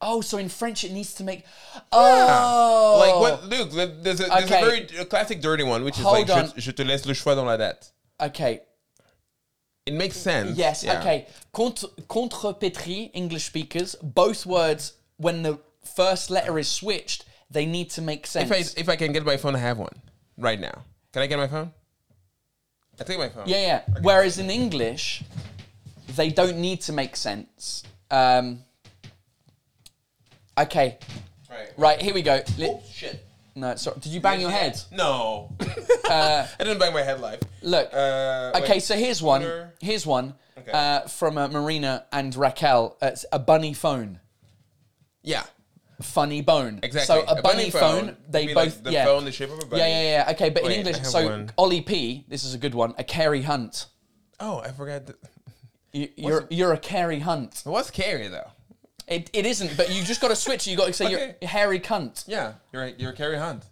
Oh, so in French it needs to make. Oh. Like what, Luke? there- There's a, there's Okay. a very a classic dirty one, which Hold is like, on. je, je te laisse le choix dans la date. Okay. It makes sense. Yes. Yeah. Okay. Contre contrepétrie, English speakers. Both words when the first letter is switched, they need to make sense. If I if I can get my phone, I have one right now. Can I get my phone? I take my phone. Yeah, yeah. Whereas in English, they don't need to make sense. Um, okay, Right. right, here we go. Li- Oh shit. No, sorry. Did you bang your head? Uh, No. I didn't bang my head live. Look. Uh, okay, wait. so here's one. Corner. Here's one Okay. uh, from uh, Marina and Raquel. It's a bunny phone. Yeah. Funny bone. Exactly. So a, bunny, phone, would they be both like the yeah. phone the shape of a bunny. Yeah, yeah, yeah. Okay, but Wait, in I English, have so one. Ollie P. This is a good one. A Kerry Hunt. Oh, I forgot. The, You, you're you're a Carrie Hunt. what's Carrie though? It, it isn't, but you just got to switch. it. You got to say Okay. you're Harry Cunt. Yeah, you're right. You're Carrie Hunt.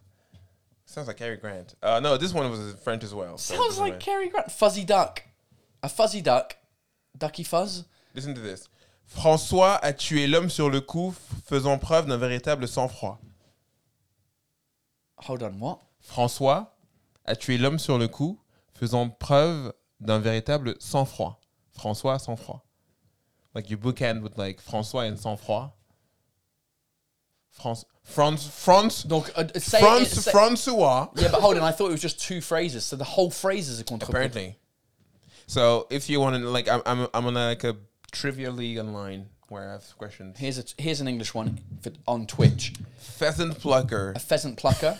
Sounds like Cary Grant. Uh, no, this one was French as well. so it Sounds doesn't like matter. Cary Grant. Fuzzy duck, a fuzzy duck, ducky fuzz. Listen to this. François a tué l'homme sur le coup, f- faisant preuve d'un véritable sang-froid. Hold on, what? François a tué l'homme sur le coup, faisant preuve d'un véritable sang-froid. François, sang-froid. Like you bookend with like François and sang-froid. France, France, France, Donc, uh, say, France, say- François. Yeah, but hold on. I thought it was just two phrases, so the whole phrase is a contre. Apparently. So if you want to, like, I'm, I'm, I'm on like a trivia league online where I have questions. Here's a here's an English one for, on Twitch. Pheasant plucker. A pheasant plucker.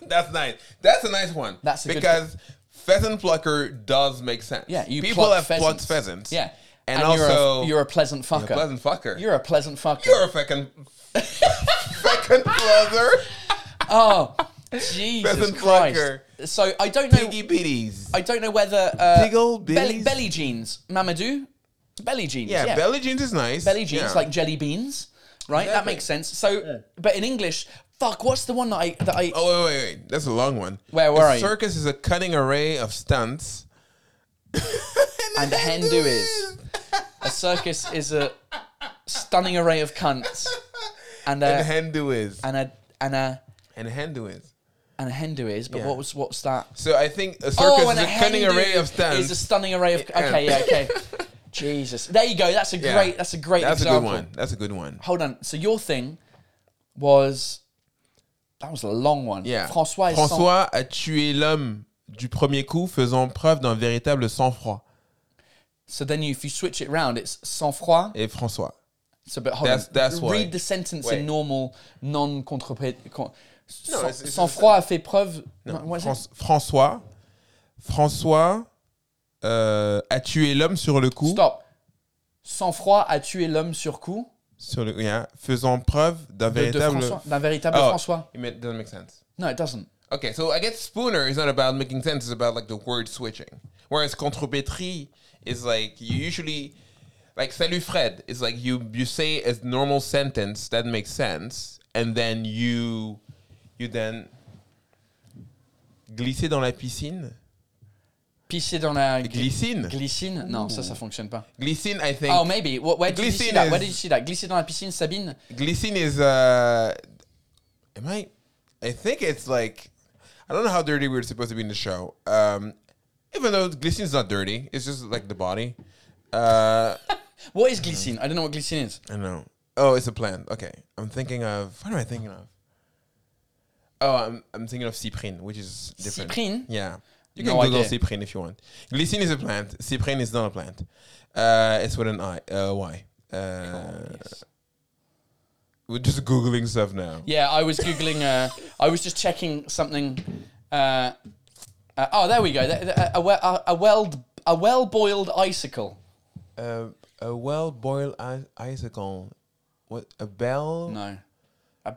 That's nice. That's a nice one. That's a good- because pheasant plucker does make sense. Yeah, you people pluck have plucked pheasants. pheasants. Yeah, and, you're a- also you're a, pleasant fucker. pleasant fucker. You're a pleasant fucker. You're a fucking fucking brother. oh, Jesus Pheasant Christ! plucker. So I don't know. Piggy bitties. I don't know whether uh, Big old belly, billies. belly jeans, Mamadou, belly jeans. Yeah, belly jeans is nice. belly jeans Yeah. like jelly beans, right? That Exactly. makes sense. So, but in English, fuck, what's the one that I that I? Oh wait, wait, wait. That's a long one. Where were a I? Circus is a cunning array of stunts. and the hen do is a circus is a stunning array of cunts, and And a hen do is. Uh, and a and a And hen do is. and a hen do is. But Yeah. what was what's that? So I think a circus Oh, and is a, cunning Hindu array of Is a stunts. stunning array of. Okay, yeah, okay. Jesus, there you go. That's a Yeah. great. That's a great That's example. a good one. That's a good one. Hold on. So your thing was that was a long one. Yeah. François. is sans- François a tué l'homme du premier coup, faisant preuve d'un véritable sang-froid. So then, you, if you switch it round, it's sans froid. Et François. So, but hold That's- on. that's Read why. the sentence Wait. in normal, non contre. Con, sans, it's- it's- sans froid a fait preuve. what is it? Franç- François. François euh, a tué l'homme sur le coup. Stop. Sans froid a tué l'homme sur coup Sur le, yeah, faisant preuve d'un de- de véritable. François- d'un véritable Oh. François. It ma- doesn't make sense. No, it doesn't. Okay, so I guess Spooner is not about making sense, it's about like the word switching. Whereas contrepétrie is like you usually like salut Fred is like you you say a normal sentence that makes sense and then you you then glisser dans la piscine. Pisser dans la Glycine. Glycine Non, ça, ça fonctionne pas. Glycine, I think. Oh, maybe. Wh- Where did you see Glycine that? is- Where did you see that? Glisser dans la piscine, Sabine. Glycine is uh am I I think it's like I don't know how dirty we were supposed to be in the show. Um even though glycine's not dirty, it's just like the body. Uh What is glycine? I don't know what glycine is. I know. Oh, it's a plant. Okay. I'm thinking of what am I thinking of? Oh, I'm I'm thinking of cyprine, which is different. Cyprine? Yeah. You can No Google idea. cyprine if you want. Glycine is a plant. Cyprine is not a plant. Uh, it's with an I. Uh, y. Uh, We're just googling stuff now. Yeah, I was googling. Uh, I was just checking something. Uh, uh, oh, there we go. Th- th- A, we- a, a well a well boiled icicle. Uh, a well-boiled i- icicle. What a bell? No, a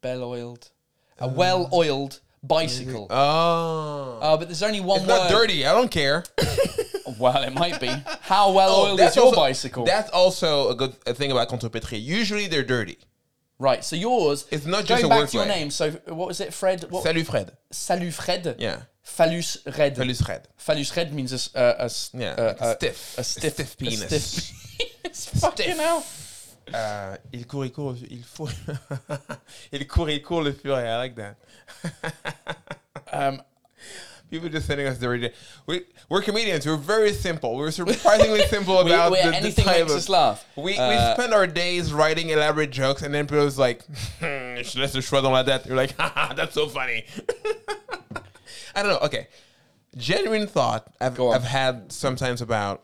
bell oiled, a Uh, well oiled bicycle. Oh, Oh, but there's only one uh, it's word. not dirty. I don't care. Oh, Well, it might be. How well oiled is That's your also- bicycle? That's also a good a thing about contrepétrie. Usually they're dirty. Right. So yours. It's not just going a back word to your play. name. So what was it, Fred? What, Salut Fred. Salut Fred. Yeah. Phallus red. Salut Fred. Phallus red means a, s- uh, a s- Yeah, uh, like a uh, stiff- a a stiff, stiff penis. A stiff penis. Fucking hell. Uh, il court, il court, il faut. il court, il court le furet. I like that. Um, People just sending us dirty. We, we're comedians. We're very simple. We're surprisingly simple we, about we, the, the anything type makes of- us laugh. We, Uh, we spend our days writing elaborate jokes, and then people's like, hmm, je laisse le choix dans la tête. You're like, haha, that's so funny. I don't know. Okay. Genuine thought I've, on. I've had sometimes about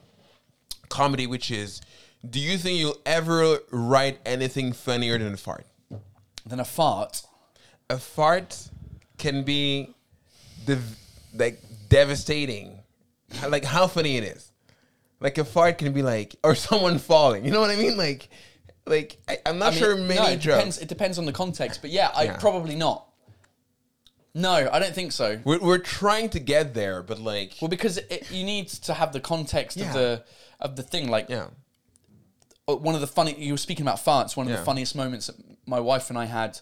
comedy, which is do you think you'll ever write anything funnier than a fart? Then a fart. A fart can be dev- like devastating. Like how funny it is. Like a fart can be like, or someone falling. You know what I mean? Like, like I, I'm not I mean, sure many no, it jokes. Depends, it depends on the context, but yeah, I Yeah. probably not. No, I don't think so. We're, we're trying to get there, but like, Well, because it, you need to have the context Yeah. of the of the thing. Like yeah, uh, one of the funny you were speaking about farts. One of Yeah. the funniest moments that my wife and I had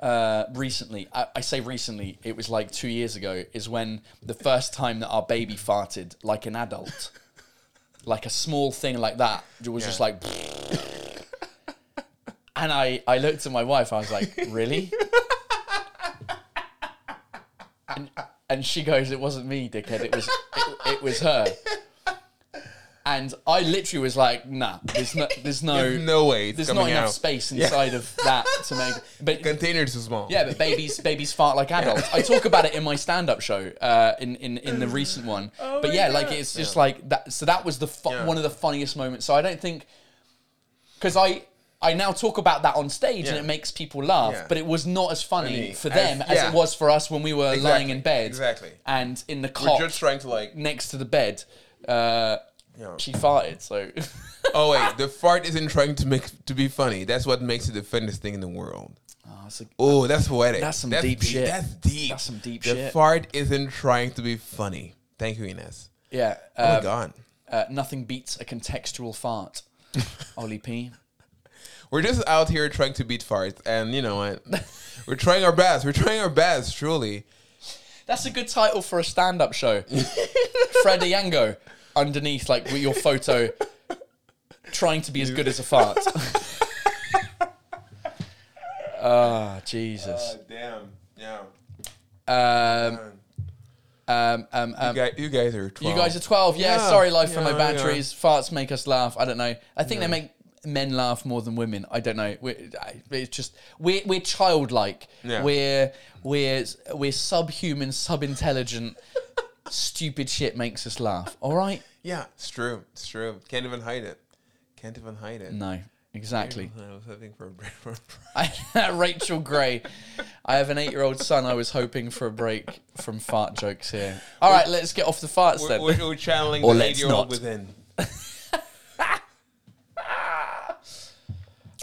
uh, recently. I, I say recently, it was like two years ago. Is when the first time that our baby farted like an adult, like a small thing like that. It was just like. And I, I looked at my wife, I was like, really? and, and she goes, it wasn't me, dickhead, it was, it, it was her. And I literally was like, nah, there's no, there's no, There's no way it's there's coming not enough out. space inside of that to make, but containers too small. yeah, but babies babies fart like adults. I talk about it in my stand up show, uh, in, in in the recent one. but yeah, like it's just like that. So that was the fu- Yeah. one of the funniest moments. So I don't think because I. I now talk about that on stage and Yeah. it makes people laugh, Yeah. but it was not as funny Funny. for As- them as, yeah. it was for us when we were Exactly, lying in bed. exactly. And in the we're cot just trying to like. next to the bed, uh, Yeah. she farted. So Oh wait, the fart isn't trying to make to be funny. That's what makes it the funniest thing in the world. Oh, it's like- Oh, that's poetic. That's some deep shit. That's deep. That's some deep the shit. fart isn't trying to be funny. Thank you, Ines. yeah. Oh Uh, my god. uh, nothing beats a contextual fart. Ollie P. We're just out here trying to beat farts, and you know what? We're trying our best. We're trying our best, truly. That's a good title for a stand-up show. Fred Yango underneath, like with your photo, trying to be as good as a fart. Ah, Jesus. Uh, damn. Um, Yeah. um, um, um, You guys, you guys are 12. you guys are 12. Yeah, Yeah. sorry, life for Yeah, my yeah. batteries. Farts make us laugh. I don't know. I think they make men laugh more than women. I don't know. We're, I- it's just we're we're childlike. Yeah. We're we're we're subhuman, subintelligent. Stupid shit makes us laugh. All right. Yeah, it's true. It's true. Can't even hide it. Can't even hide it. No, exactly. I was hoping for a break. For a break. I, Rachel Gray. I have an eight-year-old son. I was hoping for a break from fart jokes here. All right, let's get off the farts We're, then. we're, we're channeling Or the let's not. eight-year-old within.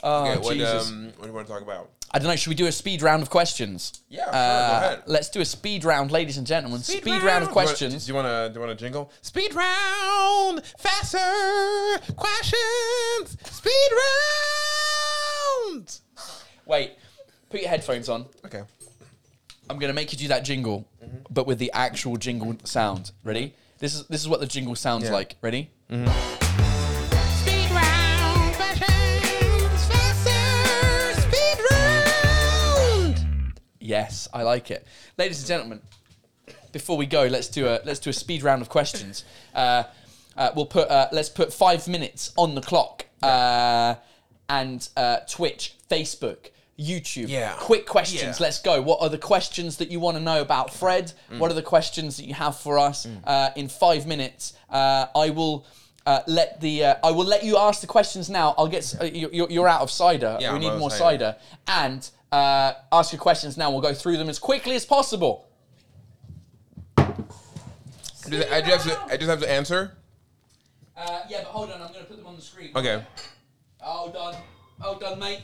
Oh, Okay, what, Jesus. um, what do you want to talk about? I don't know. Should we do a speed round of questions? Yeah, sure, go Uh, ahead. Let's do a speed round, ladies and gentlemen. Speed, round. of You wanna- questions. Do you want to do you want to jingle? Speed round, faster questions. Speed round. Wait, put your headphones on. Okay. I'm gonna make you do that jingle, Mm-hmm. but with the actual jingle sound. Ready? This is this is what the jingle sounds Yeah. like. Ready? Speed round, questions, faster. Speed round. Yes, I like it, ladies and gentlemen. Before we go, let's do a let's do a speed round of questions. Uh, uh, we'll put uh, let's put five minutes on the clock, uh, and uh, Twitch, Facebook, YouTube. Yeah. Quick questions. Yeah. Mm. Let's go. What are the questions that you want to know about Fred? What are the questions that you have for us uh, in five minutes? Uh, I will. Uh, let the uh, I will let you ask the questions now. I'll get s- uh, you- you're, you're out of cider. Yeah, we I'm need out of more cider. cider later and uh, ask your questions now. We'll go through them as quickly as possible. I just have to, I just have to answer. Uh, yeah, but hold on, I'm going to put them on the screen. Okay. Hold on. Hold on, mate.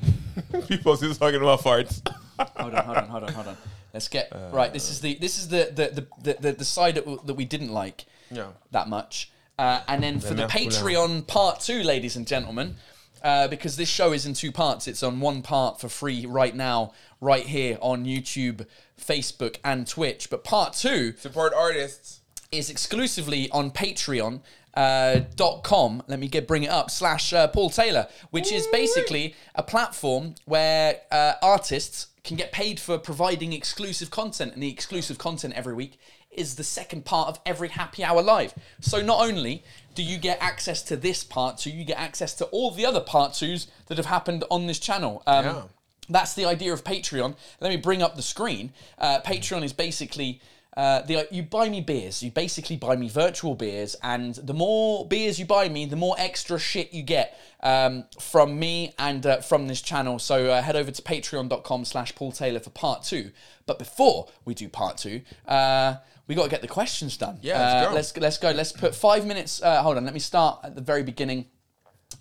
People still talking about farts. hold on, hold on, hold on, hold on. Let's get Uh, right. This is the this is the the the, the, the side that, w- that we didn't like Yeah. that much. Uh, and then for the Then that's- Patreon part two, ladies and gentlemen, uh, because this show is in two parts. It's on one part for free right now, right here on YouTube, Facebook, and Twitch. But part two Support artists. is exclusively on Patreon. Uh, dot com let me get bring it up slash uh, paul taylor which is basically a platform where uh, artists can get paid for providing exclusive content and the exclusive content every week is the second part of every happy hour live so not only do you get access to this part two you get access to all the other part twos that have happened on this channel um, Yeah. that's the idea of Patreon. Let me bring up the screen. Uh, Patreon is basically uh, the you buy me beers. You basically buy me virtual beers, and the more beers you buy me, the more extra shit you get um, from me and uh, from this channel. So uh, head over to Patreon.com/slash Paul Taylor for part two. But before we do part two, uh, we got to get the questions done. Yeah, let's Uh, go. let's let's go. Let's put five minutes. Uh, hold on. Let me start at the very beginning.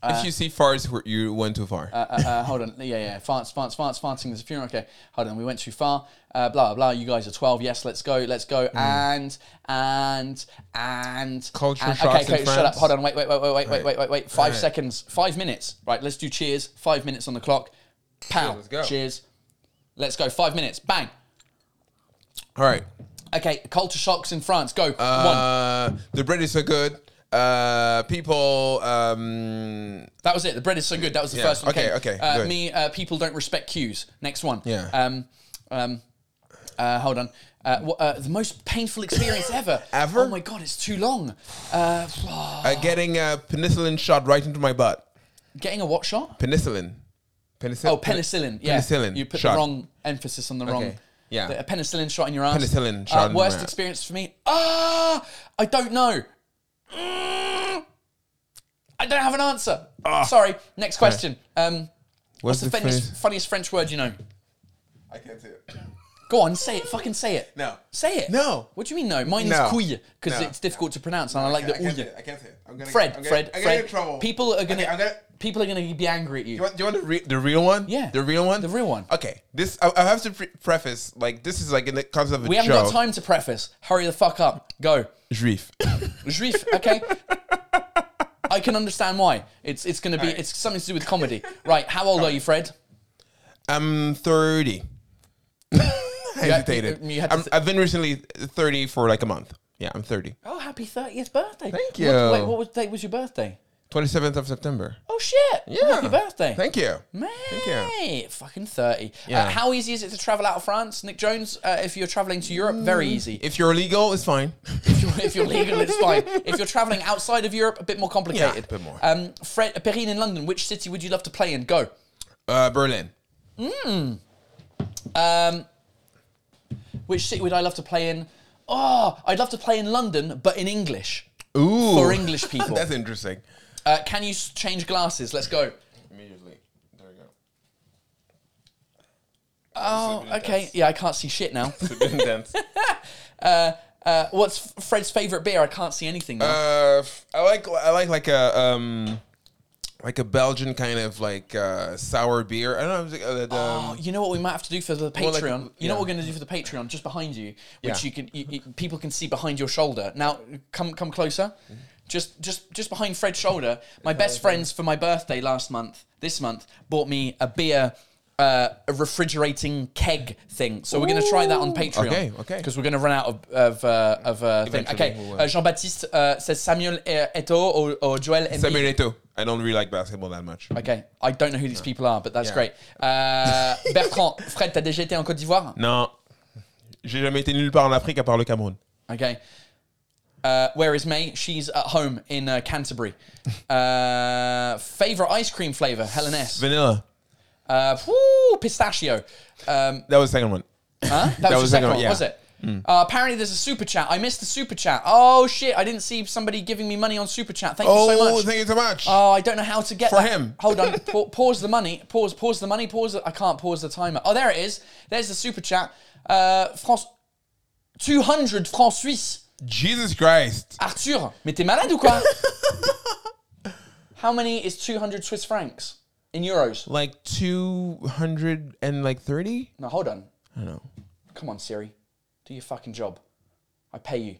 if you see farts, where you went too far. uh, uh, hold on. Yeah, yeah. Farts, farts, farts, farting. There's a funeral. Okay. Hold on. We went too far. Uh, blah, blah, blah. You guys are 12. Yes, let's go. Let's go. Hmm. And, and, and. Culture and, shocks Okay, in okay. Shut up. France. Hold on. Wait, wait, wait, wait, wait, wait, wait, wait, wait. Five Right. seconds. Five minutes. Right. Let's do cheers. Five minutes on the clock. Pow. let's go. Cheers. Let's go. Five minutes. Bang. All right. Okay. Culture shocks in France. Go. One. Uh, the British are good. Uh, people. Um, That was it. The bread is so good. That was the Yeah. first one. Okay, came. okay, Uh, good. me, uh, people don't respect cues. Next one. Yeah. Um, um, uh, hold on. Uh, wha- uh, the most painful experience ever. Ever? Oh my god, it's too long. Uh, oh. uh, getting a penicillin shot right into my butt. getting a what shot? Penicillin. Penicillin. Oh, penicillin. Yeah. Penicillin You put shot. the wrong emphasis on the wrong. Yeah. The- A penicillin shot in your ass. Penicillin shot Uh, in worst my- experience for me. Ah, I don't know. Mm. I don't have an answer. Sorry. Next question. Um, Ah. What's what's the funniest, funniest French word you know? I can't see it. Go on, say it. Fucking say it. No. Say it. No. What do you mean no? Mine No. is couille because No. it's difficult to pronounce, and I like the ouille. I can't see it. I'm gonna Fred, Fred, Fred. People are gonna, Okay, I'm gonna- people are gonna be angry at you. You want, you want the, re- the real one? Yeah. The real one? The real one. Okay. This I, I have to pre- preface like this is like in the concept of a we joke. haven't got time to preface. Hurry the fuck up. Go. Juif. Juif. Okay. I can understand why. It's it's gonna be it's something to do with comedy. Right. How old are you, Fred? I'm 30. I hesitated. you- you had to I'm, th- I've been recently 30 for like a month. Yeah, I'm 30. Oh, happy thirtieth birthday. Thank What- you. wait, what was, date was your birthday? 27th of September. Oh shit! Yeah. Happy birthday. Thank you. Mate, Thank fucking 30. Yeah. Uh, how easy is it to travel out of France? Nick Jones, uh, if you're traveling to Europe, very Mm. easy. If you're legal, it's fine. If you're, if you're legal, it's fine. If you're traveling outside of Europe, a bit more complicated. Yeah, a bit more. Um, Fred, Perrine in London, which city would you love to play in? Go. Uh, Berlin. Which city would I love to play in? Oh, I'd love to play in London, but in English. Ooh. For English people. That's interesting. uh, can you s- change glasses? Let's go. Immediately. There we go. Oh, okay. Yeah, I can't see shit now. It's a bit intense. Uh, what's F- Fred's favourite beer? I can't see anything now. Uh, f- I like I like like a um like a Belgian kind of like uh, sour beer. I don't know. it's like, uh, the- the- Oh, you know what we might have to do for the Patreon? like- you know what yeah. we're going to do for the Patreon? Just behind you, which Yeah. you can you, you- people can see behind your shoulder. Now, come come closer. Just just just behind Fred's shoulder. My best friends for my birthday last month, this month, bought me a beer. Uh, a refrigerating keg thing. So we're going to try that on Patreon. Okay, okay. Because we're going to run out of of uh, of uh, thing. Eventually Okay. we will. Uh, Jean Baptiste uh, says Samuel Eto or, or Joel Embiid. Samir Neto. I don't really like basketball that much. Okay, I don't know who these people are, but that's Yeah. great. Uh, Bertrand, Fred, t'as déjà été en Côte d'Ivoire Non. J'ai jamais été nulle part en Afrique à part le Cameroun. Okay. Uh, where is May? She's at home in uh, Canterbury. Uh, favorite ice cream flavor? Helen S. Vanilla. Uh, whoo, pistachio. Um, That was the second one. huh? That, was, your second was second, one, yeah. Mm. was it? Uh, apparently, there's a super chat. I missed the super chat. Oh shit! I didn't see somebody giving me money on super chat. Thank Oh, you so much. thank you so much. Oh, I don't know how to get For that. him. Hold on. Pa- pause the money. Pause. Pause the money. Pause. The- I can't pause the timer. Oh, there it is. There's the super chat. Uh, France, 200 francs suisses. Jesus Christ. Arthur, mais t'es malade ou quoi? How many is 200 Swiss francs in euros? Like two hundred and like thirty. No, hold on. I don't know. Come on, Siri. Do your fucking job. I pay you.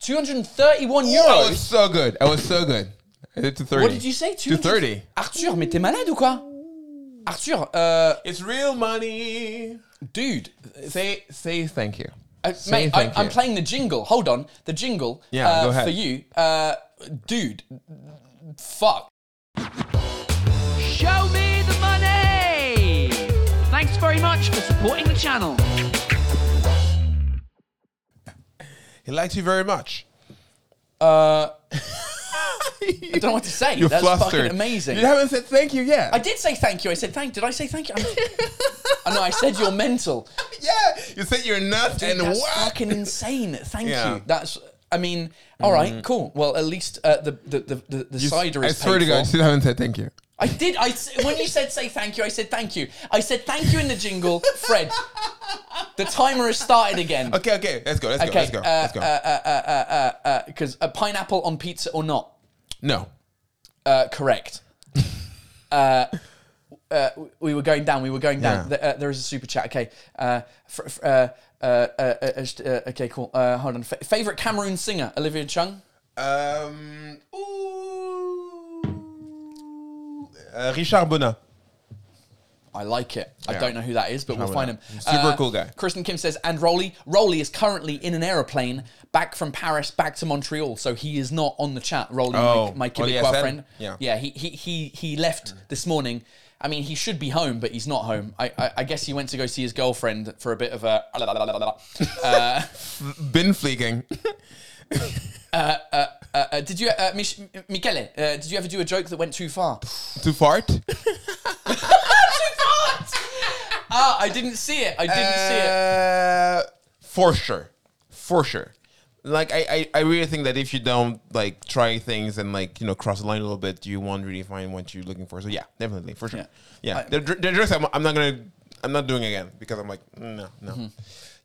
231 I euros. was so good. I was so good. I did two thirty. What did you say? 200? 230. Arthur, mais t'es malade ou quoi? Arthur, euh, It's real money. dude, Say say thank you. Uh, Say mate, I, thank I'm you. playing the jingle. Hold on, the jingle. Yeah, uh, go ahead. for you, uh, dude. Fuck. Show me the money! Thanks very much for supporting the channel. He likes you very much. Uh, I don't know what to say. You're That's flustered. fucking amazing. You haven't said thank you yet. I did say thank you. I said thank. Did I say thank you? I know. I said you're mental. yeah, you said you're nuts and That's what? fucking insane. Thank Yeah. Mm. you. That's. I mean, all right, cool. Well, at least uh, the the the, the, the cider I is swear paid to God, for. you still haven't said thank you. I did. I s- when you said say thank you, I said thank you. I said thank you in the jingle, Fred. The timer has started again. Okay, okay, uh, let's go, let's go, Okay, let's go, let's go. Because a pineapple on pizza or not? No. Uh, correct. uh, uh, we were going down. We were going down. Yeah. Th- uh, there is a super chat. Okay. Uh, fr- fr- uh, uh, uh, uh, uh, st- uh, okay, cool. Uh, hold on. Fa favorite Cameroon singer, Olivia Chung. Euh, Um, ooh. Euh, Uh, Richard Bonin. I like it. I don't know who that is, but we'll find him. Uh, Super cool guy. Kristen Kim says, and Rowley. Rowley is currently in an aeroplane back from Paris, back to Montreal, so he is not on the chat. Rowley, Oh, my, my on the Quebecois SN? friend. Yeah. yeah. He he he he left this morning. I mean, he should be home, but he's not home. I I, I guess he went to go see his girlfriend for a bit of a. uh, Bin fleeking. uh, did you, uh, Mich- M- Michele? Uh, did you ever do a joke that went too far? to fart? ah, I didn't see it. I didn't see it. Uh, for sure. For sure. Like I, I, I really think that if you don't like try things and like you know cross the line a little bit, you won't really find what you're looking for. So yeah, definitely for sure. Yeah. Yeah, the, dr- the dress I'm, I'm not gonna I'm not doing again because I'm like "Mm, no no, Mm-hmm.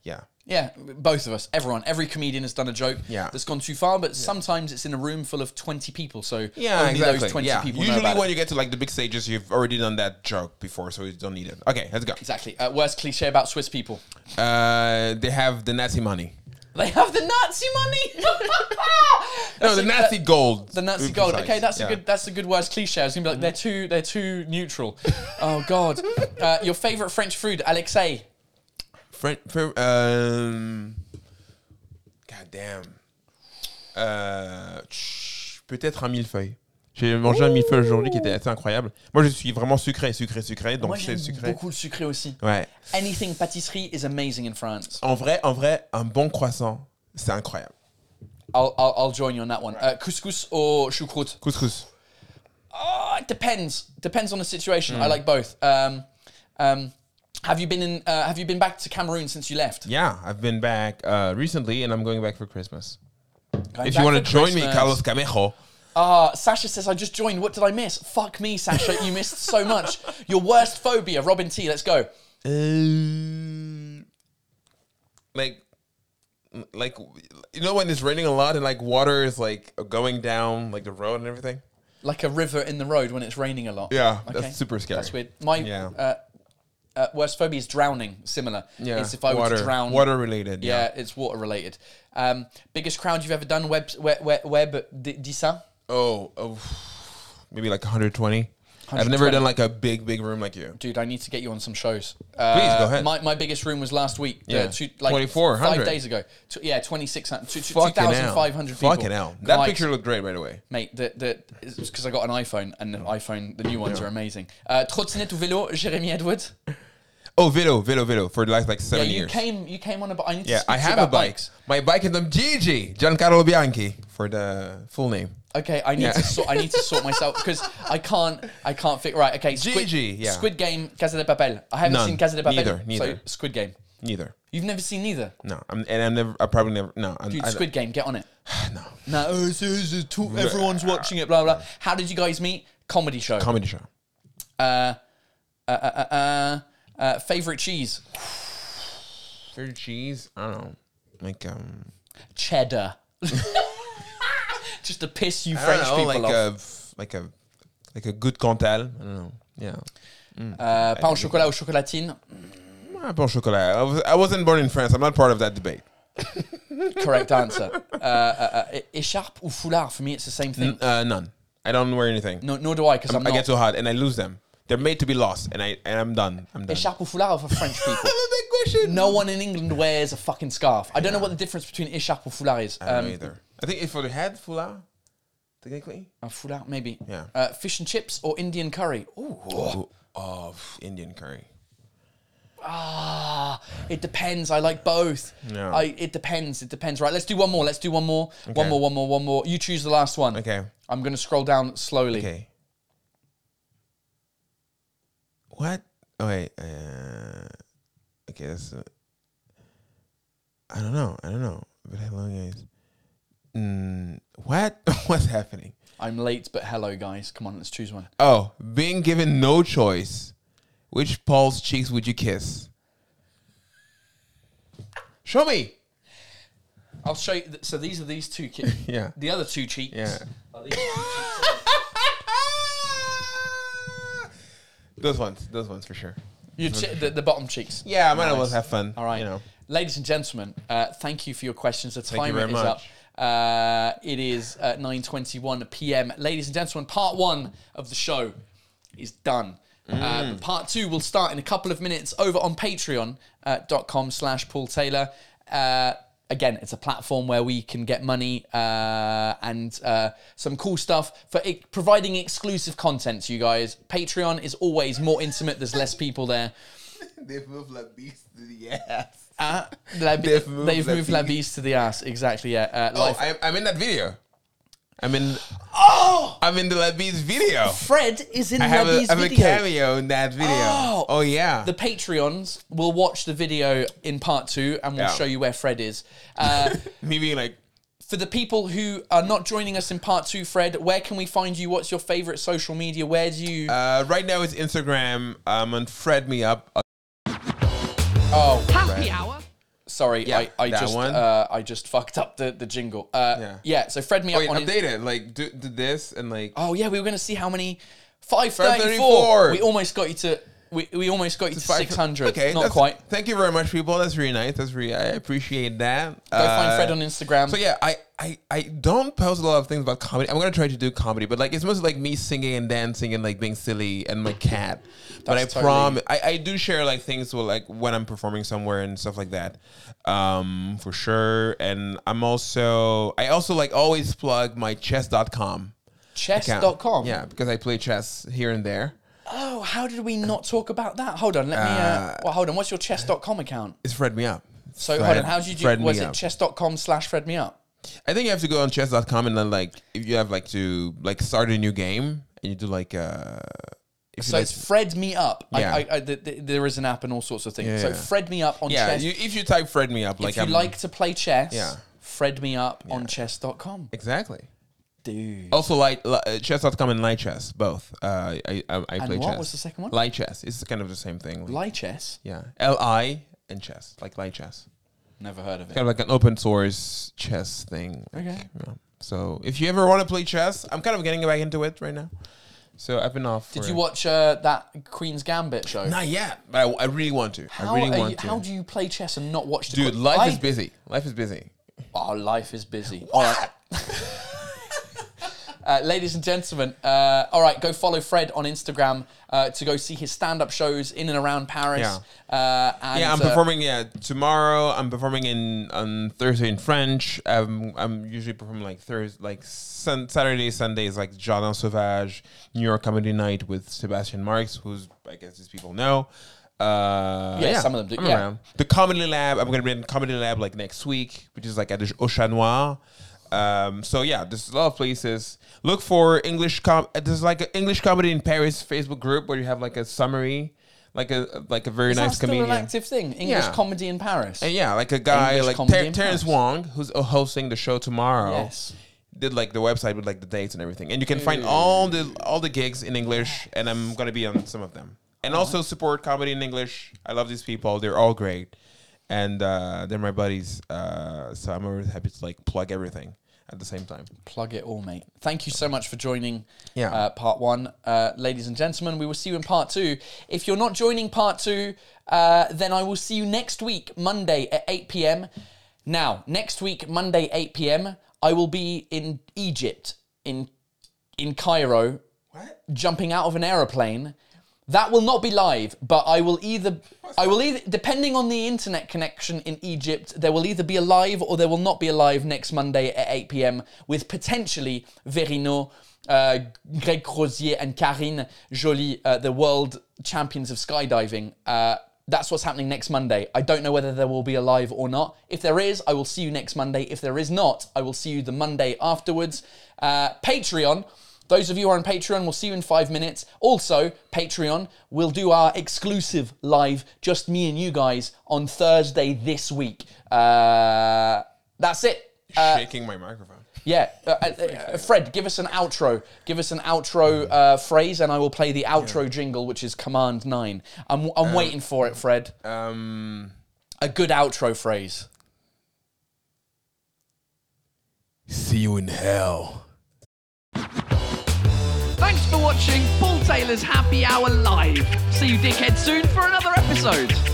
yeah Yeah, both of us, everyone, every comedian has done a joke Yeah. that's gone too far, but sometimes it's in a room full of 20 people, so yeah only exactly those 20 yeah. people Usually know about when it. you get to like the big stages, you've already done that joke before, so you don't need it. Okay, let's go. Exactly. Uh, worst cliche about Swiss people. Uh, they have the Nazi money. They have the Nazi money. No, That's the a- Nazi gold. uh, The Nazi Be gold. precise. Okay, that's Yeah. a good. That's a good worst cliche. I was gonna be like, they're too. They're too neutral. oh God. Uh, your favorite French food, Alexei. French, um, God damn. Euh, tch, Peut-être un millefeuille. J'ai mangé un millefeuille aujourd'hui qui était assez incroyable. Moi, je suis vraiment sucré, sucré, sucré, donc Moi, c'est j'aime sucré. beaucoup le sucré aussi. Ouais. Anything pâtisserie is amazing in France. En vrai, en vrai, un bon croissant, c'est incroyable. I'll, I'll, I'll join you on that one. Uh, couscous or choucroute? Couscous. Oh, it depends. Depends on the situation. Mm. I like both. Um, um, have you been in? Uh, have you been back to Cameroon since you left? Yeah, I've been back uh, recently and I'm going back for Christmas. Going back If you want to for join me, Christmas. Carlos Camejo. Ah, Sasha says I just joined. What did I miss? Fuck me, Sasha. You missed so much. Your worst phobia, Robin T. Let's go. Uh, like like you know when it's raining a lot and like water is like going down like the road and everything Like a river in the road when it's raining a lot. Yeah, that's super scary. That's weird. My uh, Yeah. uh, worst phobia is drowning. Similar. yeah It's if I water were to drown. water related Yeah, yeah, it's water related. Um, biggest crowd you've ever done? Web web web, web d- dis ça? oh, oh, maybe like 120 i've never 120. done like a big big room like you dude, I need to get you on some shows. Please go ahead. My, my biggest room was last week. Yeah, Yeah. two, like 24, five 100. days ago. Tw- yeah, twenty six hundred, two Fucking hell. thousand five hundred people. fucking hell that Right. picture looked great by the way mate. The the because I got an iPhone and the iPhone, the new ones are amazing. Uh, Trottinette ou vélo, Jeremy Edward. oh velo velo velo for like like Yeah, seven you years came you came on a bike. I need to yeah speak i to you have a about bike bikes. my bike is um gigi giancarlo bianchi for the full name Okay, I need to Yeah. sort. I need to sort myself because I can't. I can't fit. Right. Okay. Squid, Gigi, yeah. Squid Game, Casa de Papel. I haven't None. seen Casa de Papel. Neither, So neither. Squid Game. neither You've never seen either. no I'm, and i'm never i probably never no I'm, Dude, I- Squid Game, get on it. no No, oh, it's- it's- it's too- everyone's watching it, blah, blah. How did you guys meet? Comedy show. comedy show uh, uh, uh, uh, uh, uh, favorite cheese? Favorite cheese? I don't know. Like um, Cheddar. Just to piss you French French people like off. a f- like a like a good cantal. I don't know. Yeah. Uh, pain au chocolat or chocolatine? Ah, bon chocolat. I, was, I wasn't born in France. I'm not part of that debate. Correct answer. Uh, uh, uh, écharpe or foulard? For me, it's the same thing. N- uh, none. I don't wear anything. No, nor do I, because I'm, Um, I not. get too hot and I lose them. They're made to be lost, and I and I'm done. I'm done. écharpe or foulard are for French people. question. No one in England wears a fucking scarf. I don't know what the difference between écharpe or foulard is. I don't know Um, either. I think it's for the head, foulard, technically. A foulard, maybe. Yeah. Uh, fish and chips or Indian curry? Ooh. Oh, oh, pff, Indian curry. Ah, it depends. I like both. Yeah. I, it depends. It depends. Right, let's do one more. Let's do one more. One Okay. more, one more, one more. You choose the last one. Okay. I'm going to scroll down slowly. Okay. What? Oh wait. Uh, okay, that's. Uh, I don't know. I don't know. But how long is? Mm, what? What's happening? I'm late, but hello, guys. Come on, let's choose one. Oh, being given no choice, which Paul's cheeks would you kiss? Show me. I'll show you. Th- so these are these two kids. Yeah. The other two cheeks. Yeah. Are these two cheeks. Those ones, those ones for sure. Your che- the, the bottom cheeks. Yeah, I might as well Nice. have fun. All right. you know. Ladies and gentlemen, uh, thank you for your questions. The you timer very is much. up. Uh, it is at 9.21 p.m. Ladies and gentlemen, part one of the show is done. Uh, Mm. but part two will start in a couple of minutes over on patreon.com slash Paul Taylor. Uh, again, it's a platform where we can get money uh, and uh, some cool stuff for e- providing exclusive content to you guys. Patreon is always more intimate. There's less people there. They've moved like beasts to the ass. Uh, la, they've They've moved, moved they've La moved La Bise. Bise to the ass. Exactly, yeah. Uh, Oh, life. I, I'm in that video. I'm in. Oh, I'm in the Labis video. Fred is in I have, a, Labie's I have a video. cameo in that video. Oh. Oh, yeah. The Patreons will watch the video in part two and we'll Yeah. show you where Fred is. Uh, Me being like, for the people who are not joining us in part two, Fred, where can we find you? What's your favorite social media? Where do you. uh, right now it's Instagram. I'm on Fred Me Up. Uh, oh, Happy hour. sorry. Yeah, I, I, that just, one. uh, I just fucked up the, the jingle. Uh, yeah. Yeah. so Fred me up Wait, on Insta- update it. Like, do, do this and like. Oh yeah, we were gonna see how many. Five thirty-four. 534. We almost got you to. We, we almost got you to five- six hundred. Okay, not that's- quite. Thank you very much, people. That's really nice. That's really. I appreciate that. Uh, Go find Fred on Instagram. So yeah, I, I I don't post a lot of things about comedy. I'm gonna try to do comedy, but like it's mostly like me singing and dancing and like being silly and my cat. but I That's prom I, I do share like things with like when I'm performing somewhere and stuff like that. Um for sure. And I'm also I also like always plug my chess.com. account. Chess.com. Yeah, because I play chess here and there. Oh, how did we not talk about that? Hold on, let me. Uh, well, hold on. What's your chess.com account? It's Fred Me Up. So hold Fred- on. How did you do? Fred was Me it Up. chess.com slash Fred me up? I think you have to go on chess.com and then like if you have like to like start a new game and you do like uh if you So like- it's Fred me up. Yeah. I, I, I, th- th- there is an app and all sorts of things. Yeah, so yeah. Fred me up on Yeah, chess. you, if you type Fred me up, like if you I'm, like to play chess, Yeah. Fred me up on chess.com. exactly. Dude. Also, light li- uh, chess.com and light chess, both. Uh, I, I, I play what chess. was the second one? Light chess. It's kind of the same thing. like- Lie chess? yeah, L I and chess, like light chess, Never heard of it. kind of like an open source chess thing. like, Okay. you know. So if you ever want to play chess, I'm kind of getting back into it right now. So I've been off. Did for- you watch uh, that Queen's Gambit show? Not yet, but I, I really want to. How, I really are want you, to. how do you play chess and not watch the Dude, Queen? life I- is busy. Life is busy. Oh, life is busy. All right. Uh, ladies and gentlemen, uh, all right, go follow Fred on Instagram uh, to go see his stand-up shows in and around Paris. Yeah. Uh, and, Yeah, I'm uh, performing. Yeah, tomorrow I'm performing in on Thursday in French. Um, I'm usually performing like Thursday, like sun, Saturday, Sundays, like Jardin Sauvage, New York Comedy Night with Sebastian Marx, who's I guess these people know. Uh, Yeah, some of them do, I'm yeah. around. The Comedy Lab. I'm gonna be in Comedy Lab like next week, which is like at the Au Chat Noir. Um, so yeah, there's a lot of places. Look for English com. There's like an English comedy in Paris Facebook group where you have like a summary, like a like a very is that nice still comedian. an active thing? English Yeah. comedy in Paris. And yeah, like a guy English like comedy Ter- in Terrence Paris. Wong, who's uh, hosting the show tomorrow, Yes. did like the website with like the dates and everything, and you can find all the all the gigs in English, and I'm gonna be on some of them, and also support comedy in English. I love these people; they're all great, and uh, they're my buddies. Uh, so I'm always happy to like plug everything at the same time. Plug it all, mate. Thank you so much for joining Yeah. uh, part one. Uh, ladies and gentlemen, we will see you in part two. If you're not joining part two, uh, then I will see you next week, Monday at 8 p.m. Now, next week, Monday, 8 p.m., I will be in Egypt, in, in Cairo, What? jumping out of an aeroplane. That will not be live, but I will either I will either depending on the internet connection in Egypt, there will either be a live or there will not be a live next Monday at 8 p.m. with potentially Verino, uh, Greg Crozier, and Karine Jolie, uh, the world champions of skydiving. Uh, that's what's happening next Monday. I don't know whether there will be a live or not. If there is, I will see you next Monday. If there is not, I will see you the Monday afterwards. Uh, Patreon. Those of you who are on Patreon, we'll see you in five minutes. Also, Patreon, we'll do our exclusive live, just me and you guys, on Thursday this week. Uh, that's it. Uh, Shaking my microphone. yeah, uh, uh, uh, Fred, give us an outro. Give us an outro uh, phrase, and I will play the outro jingle, which is Command Nine. I'm, I'm waiting for it, Fred. Um, A good outro phrase. see you in hell. Thanks for watching Paul Taylor's Happy Hour Live. See you dickhead soon for another episode.